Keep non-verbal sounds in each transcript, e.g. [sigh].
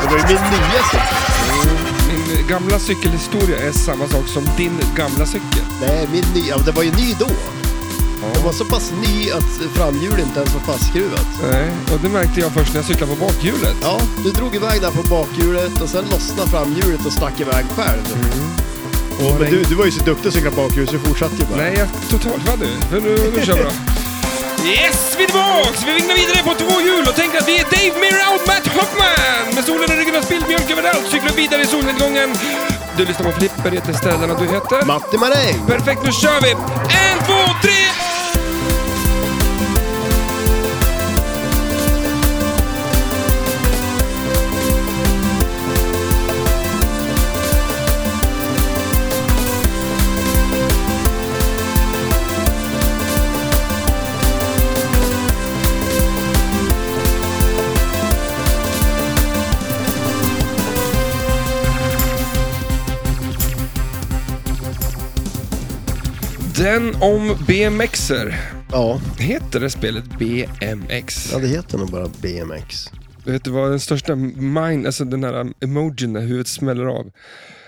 Det var ju min nya cykel. Min gamla cykelhistoria är samma sak som din gamla cykel. Nej, min nya. och Det var ju ny då. Den Ja. var så pass ny att framhjulet inte ens var fastskruvat. Nej, och det märkte jag först när jag cyklade på bakhjulet. Ja, du drog iväg där på bakhjulet och sen lossnade framhjulet och stack iväg själv. Och, men du, du Mm. var ju så duktig att cykla bakhjul så du fortsatte ju bara. Nej, jag totaltvadd nu. För nu, nu kör vi då. Yes, vi är tillbaks! Vi vinglar vidare på två hjul och tänker att vi är Dave Mirra och Matt Hoffman! Med solen i ryggen och spillmjölk överallt cyklar vidare i solnedgången. Du lyssnar på Flipper, heter städarna du heter. Matti Maräng! Perfekt, nu kör vi! En, två, tre! Den om BMXer. Ja, Heter det spelet BMX? ja, det heter nog bara BMX. Vet du vad den största mind, alltså den här emojin när huvudet smäller av,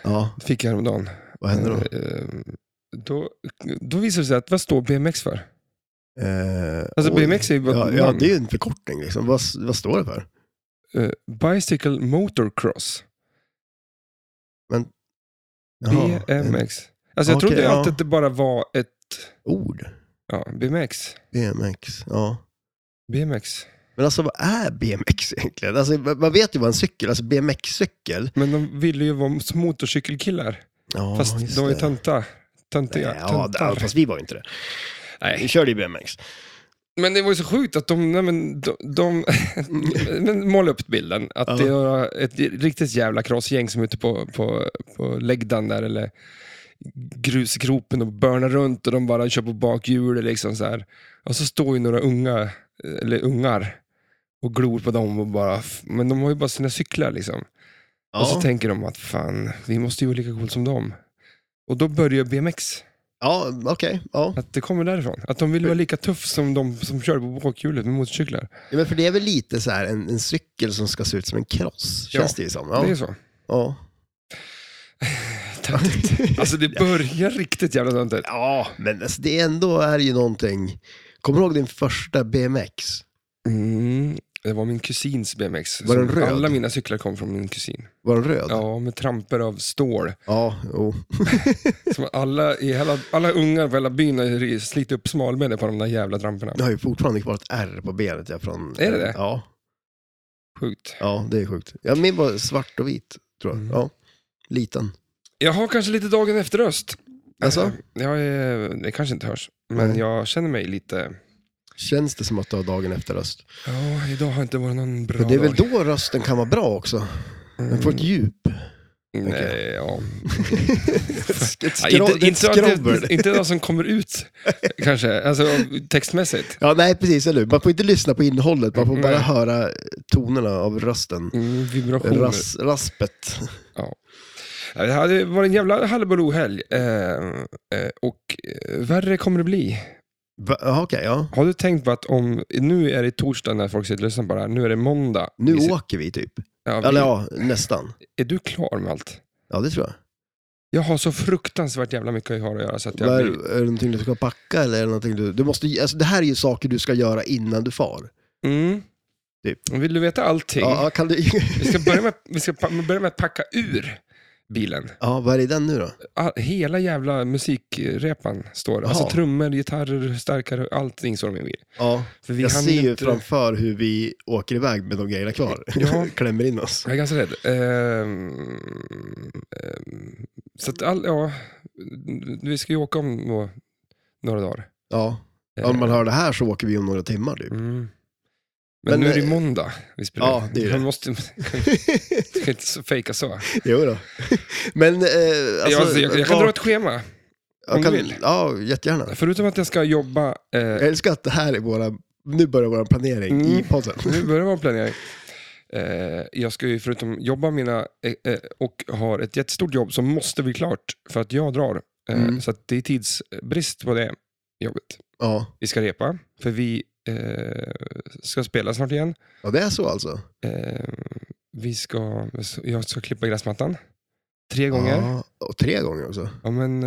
Ja, fick jag häromdagen. vad händer då? Eh, då, då visar det sig att vad står BMX för? Eh, Alltså oj. BMX är ju bara Ja, ett ja, namn. det är ju en förkortning liksom. Vad, vad står det för? Eh, Bicycle Motorcross. Jaha, ett BMX. Alltså jag Okej, trodde ja. alltid att det bara var ett Ord. ja, BMX. BMX, ja. BMX. Men alltså vad är BMX egentligen? Alltså, man man vet ju vad en cykel, alltså BMX-cykel. Men de ville ju vara motorcykelkillar. Ja, fast just de är det. tanta. Nej, Töntiga. ja, töntar. där, fast vi var ju inte det. Vi Nej. körde ju BMX. Men det var ju så sjukt att de, nej men, de, de men måla upp bilden. Att Ja. det är ett riktigt jävla krossgäng som är ute på, på, på läggdan där, eller grusgropen och börnar runt och de bara kör på bakhjulet liksom så här. Och så står ju några unga, eller ungar, och glor på dem och bara, f- men de har ju bara sina cyklar liksom. Ja, Och så tänker de att fan, vi måste ju vara lika coolt som dem. Och då börjar BMX, ja okej. ja. att det kommer därifrån. Att de vill vara lika tuff som de som kör på bakhjulet med motorcyklar. ja, men för det är väl lite så här en, en cykel som ska se ut som en cross, Ja, känns det ju som. Ja, Det [laughs] är så. ja. Töntigt. Alltså det börjar riktigt jävla töntigt. ja men alltså, det ändå är ju någonting. Kommer du ihåg din första BMX? Mm. Det var min kusins BMX. Var den Så röd? Alla mina cyklar kom från min kusin. Var den röd? Ja, med tramper av stål. ja jo. Som alla, i hela, alla ungar på hela byn har slitit upp smalbenet på de där jävla tramporna. Jag har ju fortfarande kvar ett R på benet. Jag från, Är det det? Ja, Sjukt. ja, det är sjukt. Ja, min var svart och vit, tror jag. Mm. Ja, liten. Jag har kanske lite dagen efter röst. Eh, Alltså? Jag är, det kanske inte hörs, men Nej. jag känner mig lite... Känns det som att du har dagen efter röst? Ja, idag har inte varit någon bra Men det är väl dag. då rösten kan vara bra också? Den får ett [laughs] djup. Mm, Nej, ja. Ett Ja, skro- inte, ett inte, skrobbel. inte, inte de som kommer ut, kanske. Alltså textmässigt. Ja, nej precis, eller hur? Man får inte lyssna på innehållet, man får bara Nej. höra tonerna av rösten. Mm, vibrationer. Ras, raspet. Ja, Det hade varit en jävla hallebaloo-helg. Eh, eh, och eh, värre kommer det bli. Va- Jaha, okej, ja. Har du tänkt på att om, nu är det torsdag när folk sitter och lyssnar på det här, nu är det måndag. Nu Vi sit- åker vi typ. ja, vi, Eller ja, nästan. Är du klar med allt? Ja, det tror jag. Jag har så fruktansvärt jävla mycket jag har att göra så att jag Vad är, blir... är det någonting du ska packa eller är det någonting du... du måste, alltså, det här är ju saker du ska göra innan du far. Mm. Typ. Vill du veta allting? Ja, ja, kan du... [laughs] Vi ska, börja med, vi ska pa- börja med att packa ur bilen. ja, vad är det i den nu då? All, hela jävla musikrepan står. Alltså Jaha. trummor, gitarrer, starkare, allting står med i bilen. Ja, För vi jag hann ser ju inte- framför hur vi åker iväg med de grejerna kvar. [laughs] Ja. Klämmer in oss. Jag är ganska rädd. Ehm, ehm, så att all, ja, vi ska ju åka om nå- några dagar. Ja. Om man hör det här så åker vi om några timmar typ. Mm. Men, Men, nu är det ju eh, måndag vi spelar ja, in. det är det. Man måste [laughs] man kan inte så fejka så. [laughs] jo då. Men eh, jag, alltså, alltså, jag, jag kan var- dra ett schema, jag om kan- du vill. Ja, jättegärna. förutom att jag ska jobba, eh, [laughs] Jag älskar att det här är våra, nu börjar vår planering Mm. i podden. nu börjar vår planering. Eh, jag ska ju förutom jobba mina, eh, eh, och har ett jättestort jobb som måste bli klart för att jag drar. Eh, Mm. Så att det är tidsbrist på det jobbet. Ja. Vi ska repa, för vi eh, ska spela snart igen. ja, det är så alltså. Eh, Vi ska, jag ska klippa gräsmattan. Tre gånger. Ja, Ja, och tre gånger också. men,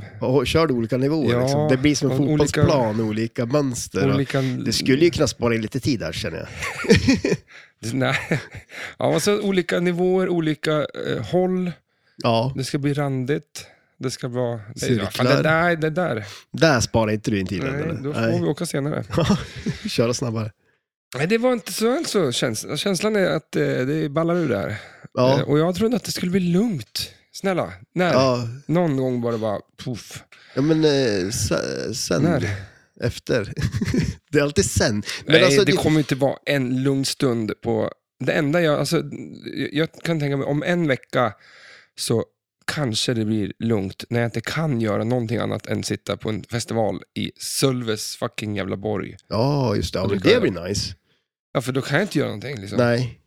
eh, Och kör du olika nivåer Ja, liksom. Det blir som en och olika- fotbollsplan, olika, mönster. och olika... Det skulle ju kunna spara in lite tid där känner jag. [laughs] Nej. Ja, alltså, olika nivåer, olika eh, håll. Ja, Det ska bli randigt. Det ska vara... Cirklar. Ja, fan, det där, det där. där sparar inte du in tiden. Nej, eller? då får vi åka senare. Nej. [laughs] Köra snabbare. Nej, det var inte så alls så. Käns- känslan är att eh, det ballar ur där. Ja, Eh, och jag trodde att det skulle bli lugnt. Snälla, när? ja. Någon gång bara bara poff. ja men eh, se- sen, När? efter. [laughs] det är alltid sen. Men Nej, alltså, det det- kommer inte vara en lugn stund på... Det enda jag... Alltså, jag- jag kan tänka mig, om en vecka så kanske det blir lugnt när jag inte kan göra någonting annat än sitta på en festival i Sölves fucking jävla borg. Ja, just det. Ja, Och men det det kan blir nice. Ja, för då kan jag inte göra någonting. Liksom. Nej,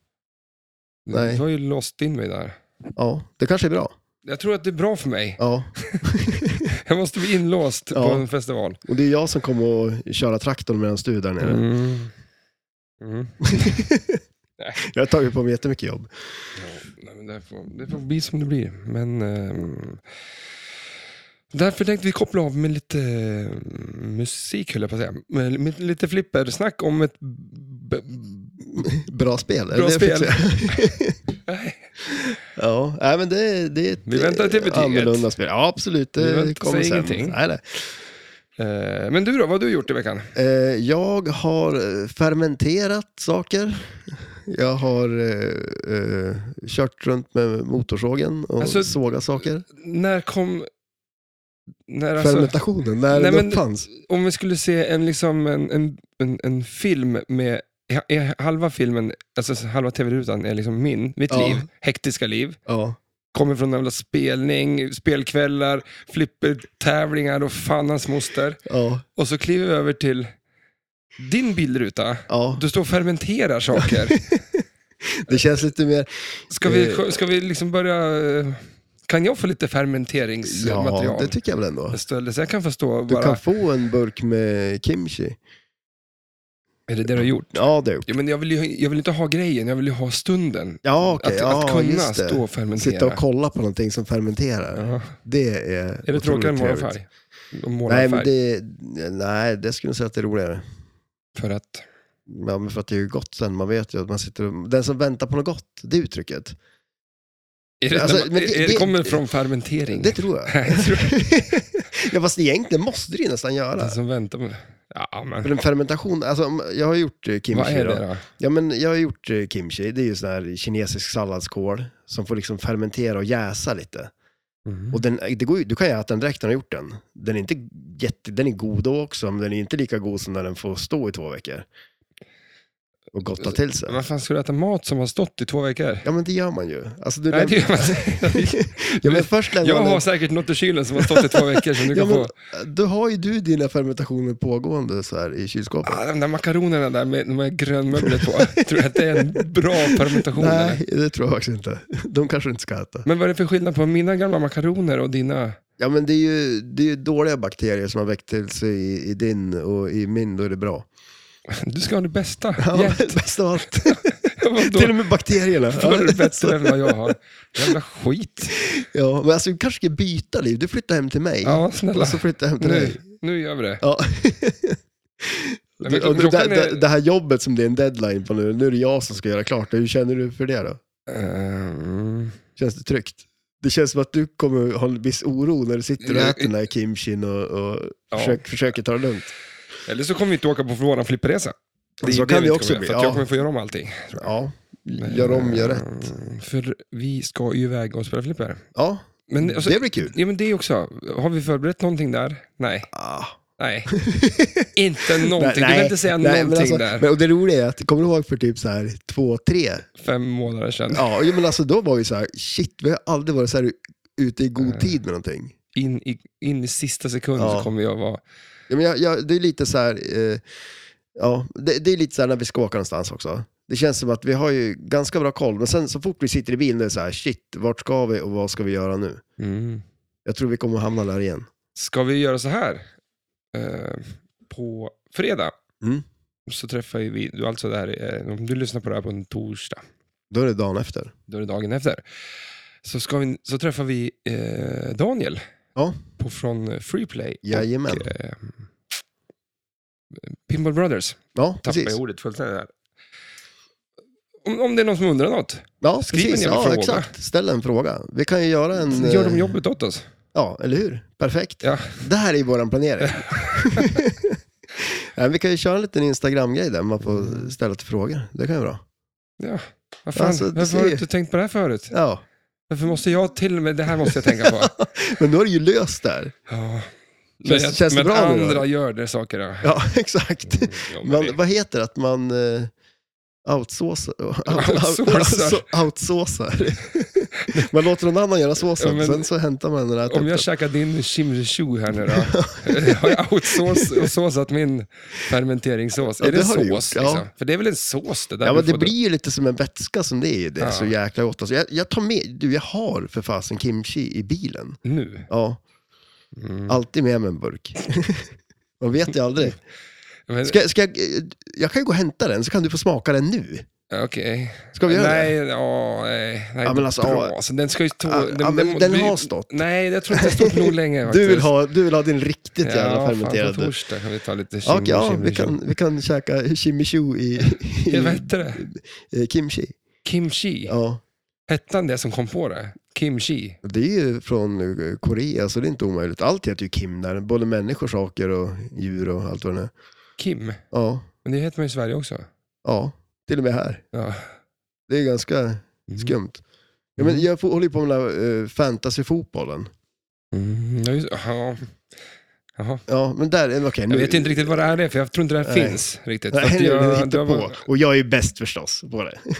nej. Du har ju låst in mig där. ja, det kanske är bra. Jag tror att det är bra för mig. Ja. Jag måste bli inlåst Ja. på en festival. Och det är jag som kommer att köra traktorn medan du är där nere. Mm. Mm. Jag har tagit på mig jättemycket jobb. Nej, men det, får, det får bli som det blir. Men, ehm, därför tänkte vi koppla av med lite eh, musik, höll jag på att säga. Med, med lite flippersnack om ett... b- b- Bra spel. Bra Det fick spel. jag. ja, nej, men det, det är ett eh, Vi väntar till betyget. annorlunda spel. Ja, absolut. Vi Det väntar- kommer säg sen. ingenting. Nej, nej. Eh, men du då, vad har du gjort i veckan? Eh, Jag har eh, fermenterat saker. Jag har eh, eh, kört runt med motorsågen och Alltså, sågat saker. När kom... När, alltså, Fermentationen, när Nej, den men- uppfanns. om vi skulle se en, liksom, en, en, en, en film med... i- i Halva filmen, alltså halva tv-rutan är liksom min, mitt Ja. liv, hektiska liv. Ja. Kommer från en jävla spelning, spelkvällar, flippertävlingar och fan hans moster. Ja, Och så kliver vi över till din bilruta. ja. Du står och [laughs] fermenterar saker. Det känns lite mer... Ska Eh. vi, ska vi liksom börja... eh, Kan jag få lite Ja, fermenteringsmaterial? det tycker jag väl ändå. jag ställde, så jag kan förstå Du Alltså, bara... kan få en burk med kimchi. Är det det du har gjort? Ja, det är Ja, men jag, vill ju, jag vill inte ha grejen, jag vill ju ha stunden. Ja, okej. Att, ja, att kunna just det. stå och fermentera. Sitta och kolla på någonting som fermenterar. ja. Det är Är det otroligt tråkigare än trevligt. målarfärg? Och Nej, Målarfärg? men det, nej, det skulle jag säga att det är roligare. För att... Ja, men för att det är ju gott sen. Man vet ju att man sitter och, Den som väntar på något gott, det uttrycket. Är det, Alltså, när man, men det- är, det det- kommer från fermentering? Det tror [laughs] jag. [laughs] Jag tror- [laughs] ja, fast egentligen måste det ju nästan göra. Den som väntar på... Ja, men... För en fermentation, alltså om- jag har gjort eh, kimchi. Vad är då. det då? Ja, men jag har gjort eh, kimchi, det är ju sån här kinesisk salladskål som får liksom fermentera och jäsa lite. Mm. Och den, det går, ju- du kan ju äta den direkt när du har gjort den. Den är, inte jätte, den är god då också, men den är inte lika god som när den får stå i två veckor. Och gotta till sig. Vad fan, ska du äta mat som har stått i två veckor? Ja men det gör man ju. Alltså, du Nej, det lämnar- gör man inte. [laughs] ja, men först lämnar [laughs] Jag man har den- säkert något i kylen som har stått i två veckor som du ja, kan men, få. Då har ju du dina fermentationer pågående så här i kylskåpet. Ah, de där makaronerna där med, med grönmöglet på, tror du att det är en bra fermentation? eller? Nej, det tror jag faktiskt inte. De kanske du inte ska äta. Men vad är det för skillnad på mina gamla makaroner och dina? Ja men det är ju, det är ju dåliga bakterier som har väckt till sig i, i din och i min, då är det bra. Du ska ha det bästa. Ja, [laughs] Ja, [laughs] Bäst av allt. vadå? Till och med bakterierna. [laughs] Då är det bättre än vad jag har. Jävla skit. Ja, men alltså vi kanske ska byta liv. Du flyttar hem till mig. Ja, Och snälla. så flyttar jag hem till Nu, dig. nu gör vi det. Ja. Nej, men och det, klockan det, är- det, det här jobbet som det är en deadline på nu, nu är det jag som ska göra klart det. Hur känner du för det då? Ehm, Känns det tryggt? Det känns som att du kommer ha en viss oro när du sitter och Ja, äter den här kimchin och, och Ja. försöker, försöker ta det lugnt. Eller så kommer vi inte åka på vår flipperresa. är Så Alltså, kan vi det inte också kommer- bli, För att ja. jag kommer få göra om allting. Ja, gör om, gör rätt. Mm, För vi ska ju iväg och spela flipper. Ja, Men, alltså, Mm. det blir kul. ja, men det också. Har vi förberett någonting där? Nej. Ah. [laughs] Nej. inte någonting. du Nej, kan inte säga nej, men någonting alltså, där. Men, och det roliga är att, kommer du ihåg för typ så här två, tre Fem månader sedan. Ja, jo, men alltså då var vi så här, shit, vi har aldrig varit så här ute i god tid med någonting. In, i, in i sista sekund Ja. så kommer jag vara... Ja, men jag, jag, det är lite så här, eh, ja, det, det är lite så här när vi ska åka någonstans också. Det känns som att vi har ju ganska bra koll, men sen så fort vi sitter i bilen det är det så här, shit, vart ska vi och vad ska vi göra nu? Mm. Jag tror vi kommer att hamna där igen. Ska vi göra så här? Eh, på fredag Mm. eh, så träffar ju vi... Alltså det här, är- om du lyssnar på det här på en torsdag Då är det dagen efter. Då är det dagen efter. Så, ska vi, så träffar vi eh, Daniel Ja. på, från eh, Freeplay. Jajamän. Och, eh, Pinball Brothers. Ja, Tappar precis. jag ordet fullständigt här. Om, om det är någon som undrar något, Ja, Skriv en precis. jävla Ja, fråga. exakt. Ställ en fråga. Vi kan ju göra en... så gör de eh, jobbet åt oss. Ja, eller hur? Perfekt. Ja. Det här är ju våran [laughs] planering. [laughs] Nej, vi kan ju köra en liten Instagram-grej där man får Mm. ställa till frågor. Det kan ju vara bra. Ja. Vad fan, Alltså, du varför har ser du ju. inte tänkt på det här förut? Ja, Varför måste jag till med det här måste [laughs] jag tänka på? men då är det ju löst där. Ja. Men, Känns- känns det men bra nu då? andra gör det saker. då. Mm, Ja, [laughs] exakt. Ja, men Man, det- vad heter det? Att man eh, [laughs] outsourcar? [laughs] Outsourcar. outsourcar. man låter någon annan göra såsen, Ja, men- sen så hämtar man den här Om jag käkar din chimichurri [laughs] här nu då, [laughs] har jag outsourcat min fermenteringssås? Ja, är det, det har du sås? gjort, ja. Liksom? För det är väl en sås det där Ja, du men det får- blir ju lite som en vätska som det är. ju. Det är Ja. så jäkla gott. Alltså, jag, jag tar med, du jag har för fasen kimchi i bilen. Nu? Ja, Mm. alltid med mig en burk. [laughs] Man vet ju aldrig. Men- Ska, ska jag, jag kan ju gå och hämta den, så kan du få smaka den nu. Okej. Ska vi göra nej, ja, nej, nej. Ja, men alltså, bra. ja. Alltså, den ska ju stå... Ja, ja, men den har stått. Nej, jag tror inte den har stått nog länge det? [laughs] faktiskt. Du vill, ha, du vill ha din riktigt jävla ja, fermenterade. Fan, på torsdag kan vi ta lite Ja, Okej, chimichurri. ja, vi kan, vi kan käka chimichu i, [laughs] i Vad hette det? eh, kimchi. Kimchi? Ja, Hette han det som kom på det? Kimchi? det är ju från eh, Korea, så det är inte omöjligt. Allt heter ju kim där, både människor, saker och djur och allt vad det är. Kim? Ja, Men det heter man i Sverige också. ja, till och med här. Ja. Det är ganska Mm. skumt. Ja, men Mm. jag får- håller ju på med den där eh, fantasyfotbollen. Mm, ja, just, ja. Jaha. Ja, men där, eh, okej. Jag nu- vet inte riktigt vad det här är, för jag tror inte det här Nej. finns riktigt. För Nej, att nu jag, hittar det på. var- Och jag är ju bäst förstås på det. Ja,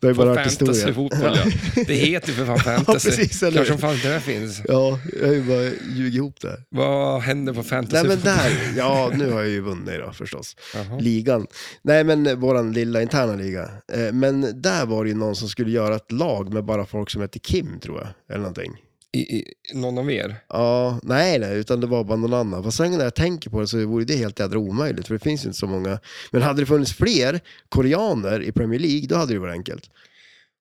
Det har ju på bara hört historien. fantasyfotboll, ja. Det heter ju för fan [laughs] Ja, fantasy. precis. Eller? Kanske hur? som fan inte det här finns. Ja, jag har ju bara ljugit ihop det. här. Vad händer på fantasy? Nej men där, ja nu har jag ju vunnit då förstås. Jaha. Ligan. Nej men eh, våran lilla interna liga. Eh, Men där var det ju någon som skulle göra ett lag med bara folk som hette Kim tror jag. Eller någonting. I, i, någon av er? Ja, nej nej, utan det var bara någon annan. Fast sen när jag tänker på det så vore det helt jädra omöjligt för det finns ju inte så många. Men hade det funnits fler koreaner i Premier League då hade det varit enkelt.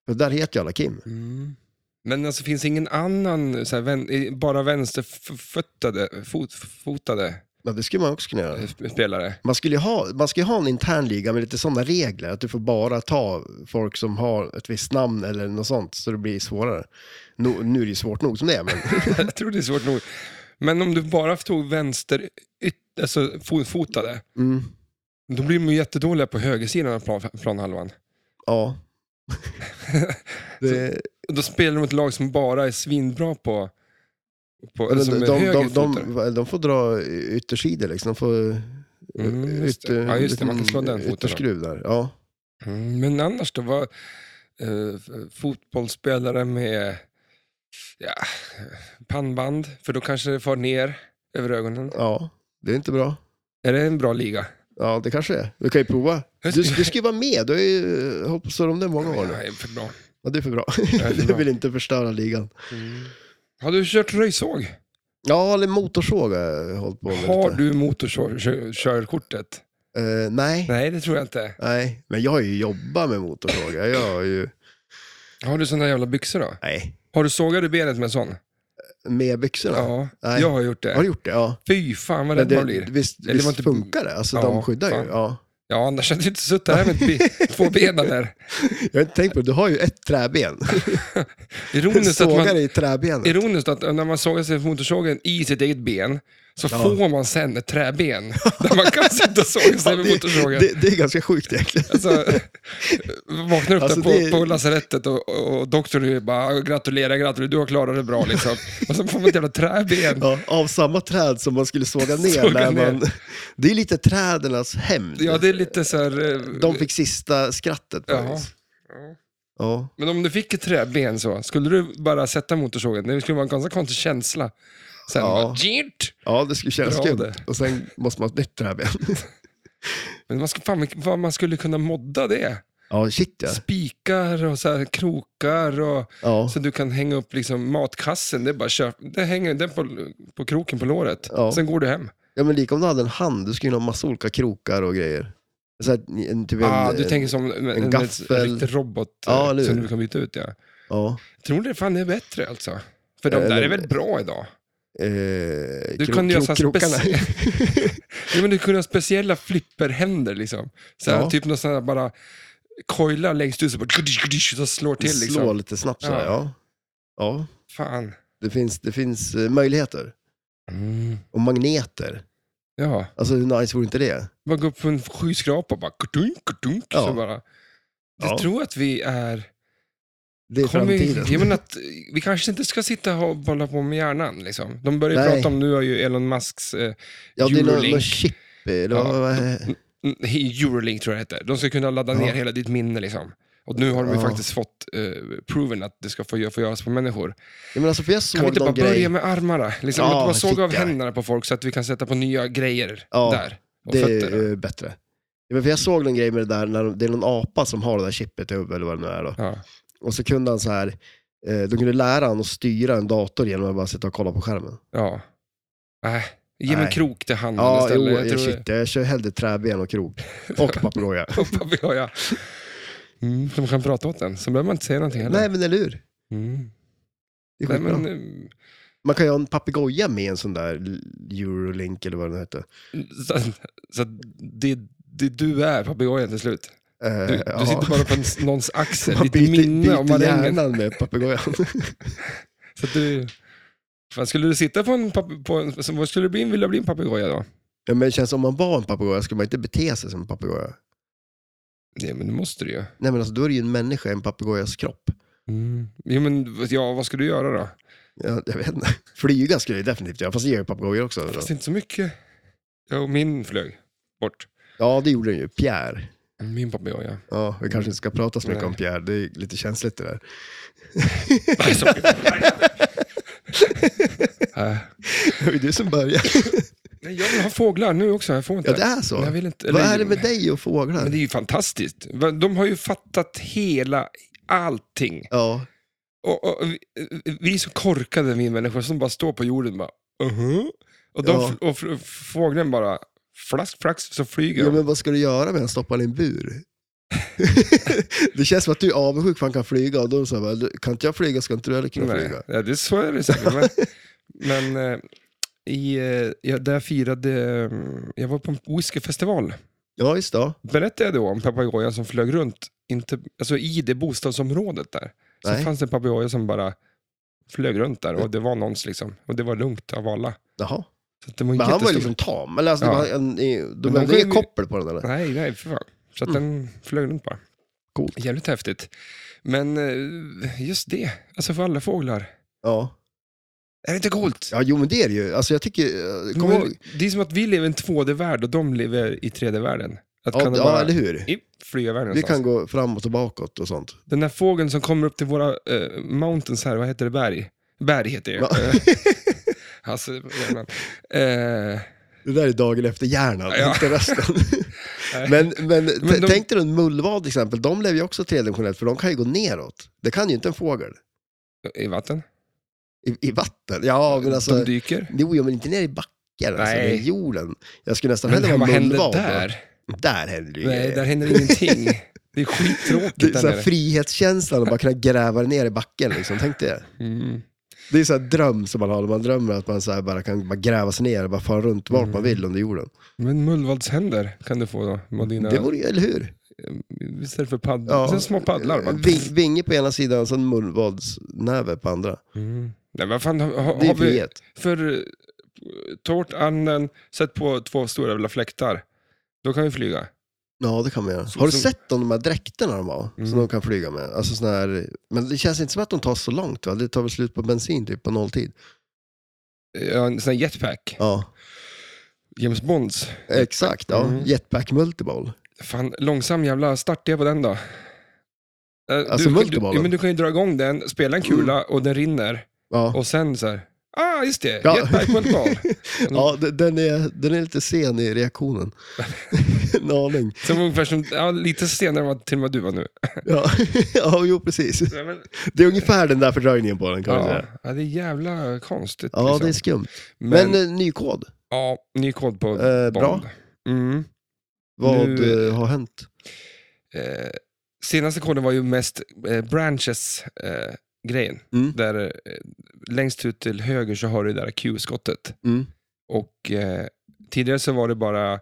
För där heter ju alla Kim. Mm. Men alltså finns ingen annan, så här, vän, i- bara vänsterfotade fot, fotade Ja, det skulle man också kunna göra. eh, sp- spelare? [laughs] Man skulle ju ha, man ska ju ha en intern liga med lite sådana regler, att du får bara ta folk som har ett visst namn eller något sånt, så det blir svårare. Nu, nu är det ju svårt nog som det är, men [laughs] jag tror det är svårt nog. Men om du bara tog vänster, yt, alltså fo- fotade, mm, då blir de ju jättedåliga på högersidan av plan, planhalvan. [laughs] ja. Det, Och Då spelar de ett lag som bara är svinbra på, på alltså eller som de, är de, de, högerfotade. de, de får dra yttersidor, liksom. de får Mm, just det. ytter- mm, Ja, just det, man kan slå den foten. eh, då. ytterskruv där. Ja. Mm, men annars då, vad, eh, f- fotbollsspelare med ja, pannband, för då kanske det far ner över ögonen. ja, det är inte bra. Är det en bra liga? Ja, det kanske är. Du kan ju prova. Du, du ska ju vara med, du har ju eh, hållit på så om det i många år Ja, nu. det är för bra. Ja, det är för bra. är [laughs] för Du bra. vill inte förstöra ligan. Mm. Har du kört röjsåg? Ja, eller motorsåg har jag hållit på med Har lite. du motorkörkortet? Eh, nej. Nej, det tror jag inte. Nej, men jag har ju jobbat med motorsåg. Jag har ju... Har du såna jävla byxor då? Nej. Har du sågat i benet med en sån? Med byxorna? Ja, Nej. jag har gjort det. Har du gjort det? Ja. Fy fan vad Men rädd det, man blir. visst Eller det visst var inte- funkar det? Alltså Ja, de skyddar fan. ju. Ja. Ja, annars hade du inte suttit här med ett [laughs] bi- två ben där. Jag har inte tänkt på det, du har ju ett [laughs] träben. Ironiskt att man, Sågar i träbenet. ironiskt att när man sågar sig för motorsågen i sitt eget ben, så Ja. får man sen ett träben där man kan sitta och såga sig med det, motorsågen. det, det är ganska sjukt egentligen. Alltså, vaknar upp Alltså, där på, det- på lasarettet och, och, och doktorn är bara gratulerar, gratulerar, du har klarat det bra liksom. Och så får man ett jävla träben. Ja, av samma träd som man skulle såga ner. Såga när ner. man... Det är lite trädernas hämnd. Ja, det är lite så här... eh, De fick sista skrattet. på Ja. något vis. Ja. Ja. Men om du fick ett träben så, skulle du bara sätta motorsågen? Det skulle vara en ganska konstig känsla. Sen Ja. bara, "Jirt!" ja, det skulle kännas Bra skumt. det. Och sen måste man ha ett nytt träben. Men man, ska, fan, vad man skulle kunna modda det. Ja, shit ja. Spikar och så här, krokar och ja. så du kan hänga upp liksom matkassen. Det är bara köp, det hänger den på, på kroken på låret. Ja. Sen går du hem. Ja men lika om du hade en hand, du skulle ju ha massa olika krokar och grejer. Så här, en, typ en, ah, du tänker som en, en, gaffel. riktig robot Ja, eh, eller som hur? du kan byta ut. Ja. Ja. Tror det fan är bättre alltså. För de Eh, Eller- där är väl bra idag? Eh, Du kro- kan göra kro- så här krokarna. [laughs] Ja, men du kunde ha speciella flipperhänder. Liksom. Så här, Ja. Typ någon sån här bara koila längst ut så bara kudish, kudish, så slår till. Liksom. Slå lite snabbt så här, Ja. ja. Ja, Fan. det finns, det finns eh, möjligheter. Och magneter. Ja, Alltså hur nice vore inte det? bara gå upp på en skyskrapa och bara kudunk, kudunk, Ja. så bara. Jag Ja. tror att vi är... Det är Kommer vi, framtiden. jag menar att, eh, vi kanske inte ska sitta och bolla på med hjärnan. Liksom. De börjar ju Nej. prata om, nu har ju Elon Musks eh, ja, det är någon, Eurolink. någon chip. Eller Ja. vad, vad, är- Mm, Eurolink tror jag det heter. De ska kunna ladda Ja. ner hela ditt minne. Liksom. Och nu har de ju Ja. faktiskt fått eh, proven att det ska få, gö- få göras på människor. ja, men alltså, för jag Kan vi såg inte bara någon börja grej. med armarna? Liksom, Ja, att man såg av fickar. händerna på folk så att vi kan sätta på nya grejer Ja, där. Och Det fötterna. är eh, bättre. Ja, men för jag såg någon grej med det där, när de, det är någon apa som har det där chippet i huvudet eller vad det nu är. Då. Ja. Och så kunde han så här, eh, de kunde lära han att styra en dator genom att bara sitta och kolla på skärmen. ja. Nej, ge mig en Nej. krok till handen Ja, jo, istället. jag, tror- [laughs] shit, jag kör hellre träben och krok. Och papegoja. Och papegoja. Mm, de kan prata åt den, så behöver man inte säga någonting heller. Nej, men eller hur? Mm. Det är Nej, skitbra. men, eh, Man kan ju ha en papegoja med en sån där Eurolink eller vad den heter. eh, så, så att det, det du är papegojan till slut. Eh, Du, du sitter bara på en, någons [laughs] axel, Man ditt byter, minne om byter marängen. hjärnan med [laughs] papegojan. Så att du... Fan, skulle du sitta på en... pap- På en så vad skulle du bli, vilja bli en papegoja då? ja, men det känns som om man var en papegoja, skulle man inte bete sig som en papegoja? Nej, men det måste du ju. Nej men alltså, då är det ju en människa i en papegojas kropp. Mm. Jo, men ja, vad skulle du göra då? Ja, jag vet inte. Flyga skulle jag definitivt göra, fast det gör ju papegojor också. Fast inte så mycket. Ja, och min flög bort. Ja, det gjorde den ju. Pierre. Min papegoja. Ja, vi kanske inte ska prata så mycket Nej. om Pierre, det är lite känsligt det där. [laughs] [laughs] Nej, så- Nej. Det var ju du som började. Nej, jag vill ha fåglar nu också, jag får inte. Ja, det är så. Men Jag vill inte, Vad eller- är det med dig och fåglar? Men det är ju fantastiskt. Va- De har ju fattat hela, allting. Ja, Och, och, vi, vi är så korkade, vi människor, som bara står på jorden och bara, uh Och, de, Ja. och f- f- fågeln bara, flask, flax, så flyger ja, de. men vad ska du göra med att stoppa i en bur? [laughs] det känns som att du är avundsjuk för han kan flyga och då så här, bara, "Du, kan inte jag flyga ska inte du heller kunna Nej, flyga. ja, det, så är det säkert. men [laughs] men eh, i, eh, jag, där firade, eh, jag var på en whiskyfestival. Ja, just det. Berättade jag då om papegojan som flög runt inte, alltså i det bostadsområdet där? Så Nej. fanns det en papegoja som bara flög runt där och det var någons liksom. Och det var lugnt av alla. Jaha. Så att det var Men han var ju jättestor- liksom tam, eller alltså, det Ja. var en, en, de de hade kan inget ju- koppel på den eller? Nej, nej, för fan. Så att den flög runt bara. Mm. Coolt. Jävligt häftigt. Men eh, just det, alltså för alla fåglar. Ja. Är det inte coolt? ja, jo men det är det ju. Alltså jag tycker, eh, kom Men ihåg. det är som att vi lever i en 2D-värld och de lever i 3D-världen. Att Ja, kan de ja, bara eller hur? i, flyga iväg Vi någonstans. kan gå framåt och bakåt och sånt. Den där fågeln som kommer upp till våra eh, mountains här, vad heter det, berg? Berg heter det. Va? Eh, [laughs] Hasse, hjärnan. Eh, Det där är dagen efter hjärnan, Ja. inte [laughs] resten. nej. men men, t- Men de- tänk dig en mullvad till exempel, de lever ju också tredimensionellt för de kan ju gå neråt. Det kan ju inte en fågel. eh, I vatten? I, i vatten? Ja, men alltså... de dyker? Jo, jo, men inte ner i backen, alltså, Nej. i jorden. Jag skulle nästan Men hellre vad vara en händer mullvad. där? Där händer det ju Nej, grejer. där händer ingenting. Det Det är skittråkigt är där så här nere. frihetskänslan att bara kunna gräva ner i backen. Liksom. Tänk det. Mm. Det är så här dröm som man har, när man drömmer att man så här bara kan bara gräva sig ner och bara fara runt vart Mm. man vill under jorden. Men mullvadshänder kan du få då, med dina, Det vore ju, eller hur? istället för paddlar. Ja. Sen små paddlar. Bara. Ving- Vinge på ena sidan och sen mullvadsnäve på andra. Mm. Nej, vad fan, har, Det är har vi frihet. för eh, torrt anden, sätt på två stora jävla fläktar. Då kan vi flyga. Ja, det kan man göra. Så- Har du så- sett de, de här dräkterna de har? Mm. Som de kan flyga med? Alltså sån här, men det känns inte som att de tar så långt va? Det tar väl slut på bensin typ på nolltid? Eh, Ja, en sån här jetpack. Ja, James Bonds. exakt. Ja. Mm. Jetpack multibowl. Fan, långsam jävla start är på den då. Eh, Alltså du, du, multibollen? ja, men du kan ju dra igång den, spela en kula och den rinner. Ja. Och sen så här, ah just det, Ja. [laughs] jetpack multiball. Ja, d- den är, den är lite sen i reaktionen. [laughs] en aning. Som ungefär som, ja, lite senare än vad till och med du var nu. Ja. [laughs] ja, jo precis. Ja, men, Det är ungefär den där fördröjningen på den kan man ja, säga. ja, det är jävla konstigt. Ja, liksom. det är skumt. Men, Men, eh, ny kod. ja, ny kod på Eh, Bond. bra. Mm. Vad Nu- eh, har hänt? Eh, senaste koden var ju mest eh, branches-grejen. Mm. där eh, längst ut till höger så har du det där Q-skottet. Mm. Och eh, tidigare så var det bara eh,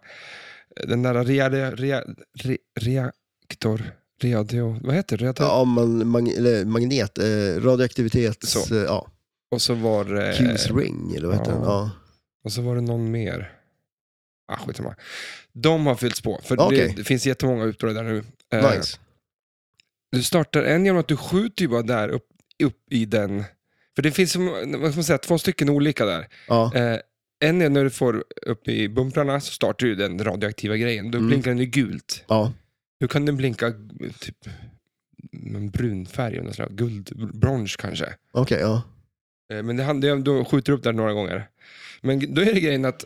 den där rea, rea, re, reaktor... Radio, vad heter det? Reaktor? Ja, man, mag, eller magnet, eh, radioaktivitet, Så. eh, ja. Och, så var, eh, Q's ring, eller vad heter ja. den? Ja. och så var det någon mer. Ah, skitsamma. De har fyllts på, för Okej. det, det finns jättemånga utbrott där nu. Eh, Nice. Du startar en genom att du skjuter ju bara där upp, upp i den. För det finns som, vad ska man säga, två stycken olika där. Ja. Eh, en är när du får upp i bumprarna så startar ju den radioaktiva grejen. Då Mm. blinkar den ju gult. ja. Nu kan den blinka eh, typ någon brun färg, någon slags guld, brons kanske. Okej, ja. Eh, men det handlar ju om, skjuter upp där några gånger. Men g- då är det grejen att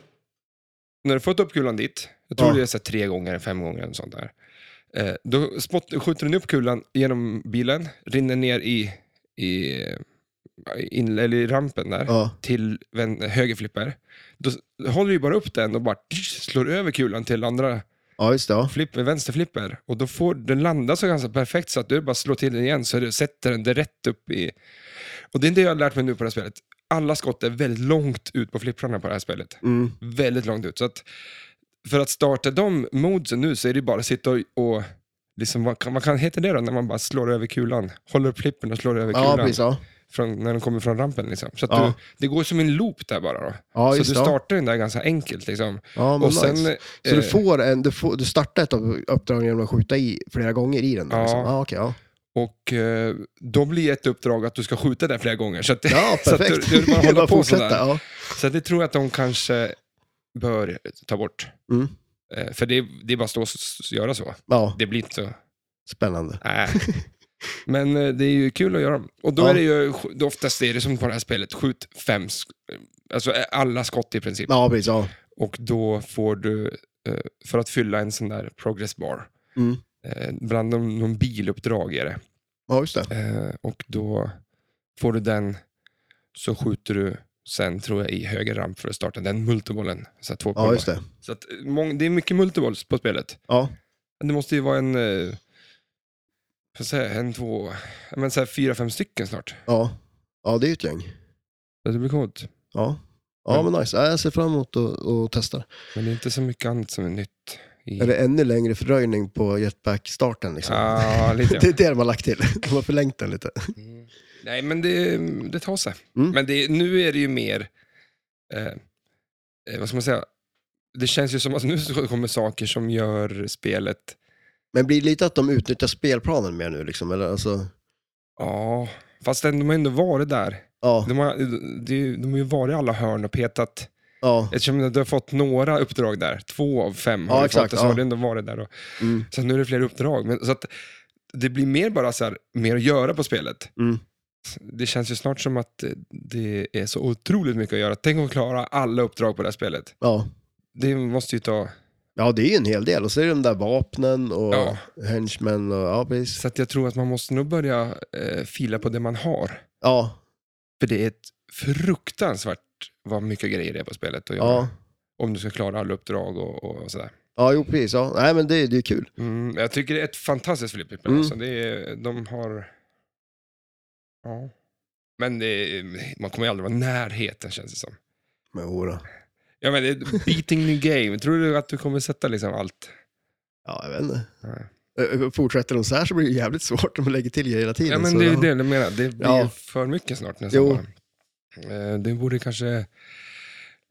när du fått upp kulan dit, jag tror Ja. det är så här tre gånger, fem gånger eller sånt där. Eh, då spott, skjuter den upp kulan genom bilen, rinner ner i, i, eh, in, eller i rampen där ja. till vän- högerflipper, då s- håller du bara upp den och bara slår över kulan till andra Ja, just det. Ja. flipper, vänsterflipper. Och då får den landa så ganska perfekt så att du bara slår till den igen så du sätter den direkt upp i... Och det är det jag har lärt mig nu på det här spelet. Alla skott är väldigt långt ut på flipprarna på det här spelet. Mm. Väldigt långt ut. Så att för att starta de modsen nu så är det bara att sitta och... och liksom, vad, kan, vad kan heter det då när man bara slår över kulan? Håller upp flippen och slår över Ja, kulan precis. Ja, från, när de kommer från rampen. Liksom. Så att Ja. du, det går som en loop där bara. Då. ja så just du det. Ja. startar den där ganska enkelt. Liksom. Ja, men Och sen, nice. Så eh, du, får en, du, får, du startar ett av uppdragen genom att skjuta i flera gånger i den? Där, Ja. liksom. ja, okej, [laughs] ja. och eh, då blir ett uppdrag att du ska skjuta där flera gånger. Så, att, ja, så att du, perfekt. [laughs] du bara Det är håller på fortsätta, sådär. ja. [laughs] Så att det tror jag att de kanske bör ta bort. Mm. Eh, för det, det är bara att stå och s- s- göra så. ja, Det blir inte så... spännande. [laughs] Äh. Men eh, det är ju kul att göra dem. Och då Ja. är det ju, då oftast är det som på det här spelet, skjut fem, sk- alltså eh, alla skott i princip. Ja, precis. Ja. Och då får du, eh, för att fylla en sån där progress bar, Mm. eh, bland de, någon biluppdrag är det. ja, just det. Eh, och då får du den, så skjuter du sen tror jag i höger ramp för att starta den multibollen. Så, att två Ja, bollar. just det. så att, eh, mång, det är mycket multibolls på spelet. Ja, Men Det måste ju vara en, eh, vad ska jag säga, en, två, ja, men så här fyra, fem stycken snart. ja. ja det är ju ett gäng. Så Det blir coolt. Ja, ja men nice. Ja, Jag ser fram emot att att testa. Men det är inte så mycket annat som är nytt. I... Är det ännu längre fördröjning på jetpack-starten? Liksom? Ja, lite. [laughs] Det är det de har lagt till. De har förlängt den lite. Mm. Nej, men det, det tar sig. Mm. Men det, nu är det ju mer, eh, eh, vad ska man säga, det känns ju som att nu så kommer saker som gör spelet, Men blir det lite att de utnyttjar spelplanen mer nu? Liksom? Eller, alltså, ja, fast den- de har ändå varit där. ja, De har, de, de har ju varit i alla hörn och petat. ja, Eftersom du har fått några uppdrag där, två av fem har Ja, du exakt, fått, och så har ja. du ändå varit där. Och, mm, så nu är det fler uppdrag. Men, så att, det blir mer bara så här, mer att göra på spelet. mm. Det känns ju snart som att eh, det är så otroligt mycket att göra. Tänk att klara alla uppdrag på det här spelet. ja. Det måste ju ta... ja, det är ju en hel del. Och så är det de där vapnen och Ja. henchmen. Och, ja, precis. Så att jag tror att man måste nog börja eh, fila på det man har. Ja, För det är ett fruktansvärt vad mycket grejer det är på spelet att göra. ja. Om du ska klara alla uppdrag och, och sådär. ja, jo precis. Ja. Nej, men det, det är kul. Mm, jag tycker det är ett fantastiskt flipperspel. Mm. Alltså, det är, de har... Ja. Men det, är- man kommer ju aldrig vara i närheten känns det som. Men, jodå. Ja, men det är beating the game. Tror du att du kommer sätta liksom allt? ja, jag vet inte. Nej. Ö, Fortsätter de så här så blir det jävligt svårt om man lägger till grejer hela tiden. Ja, men så, det är ja. det jag menar. Det blir Ja. ju för mycket snart nästan. Jo. bara. Eh, Det borde kanske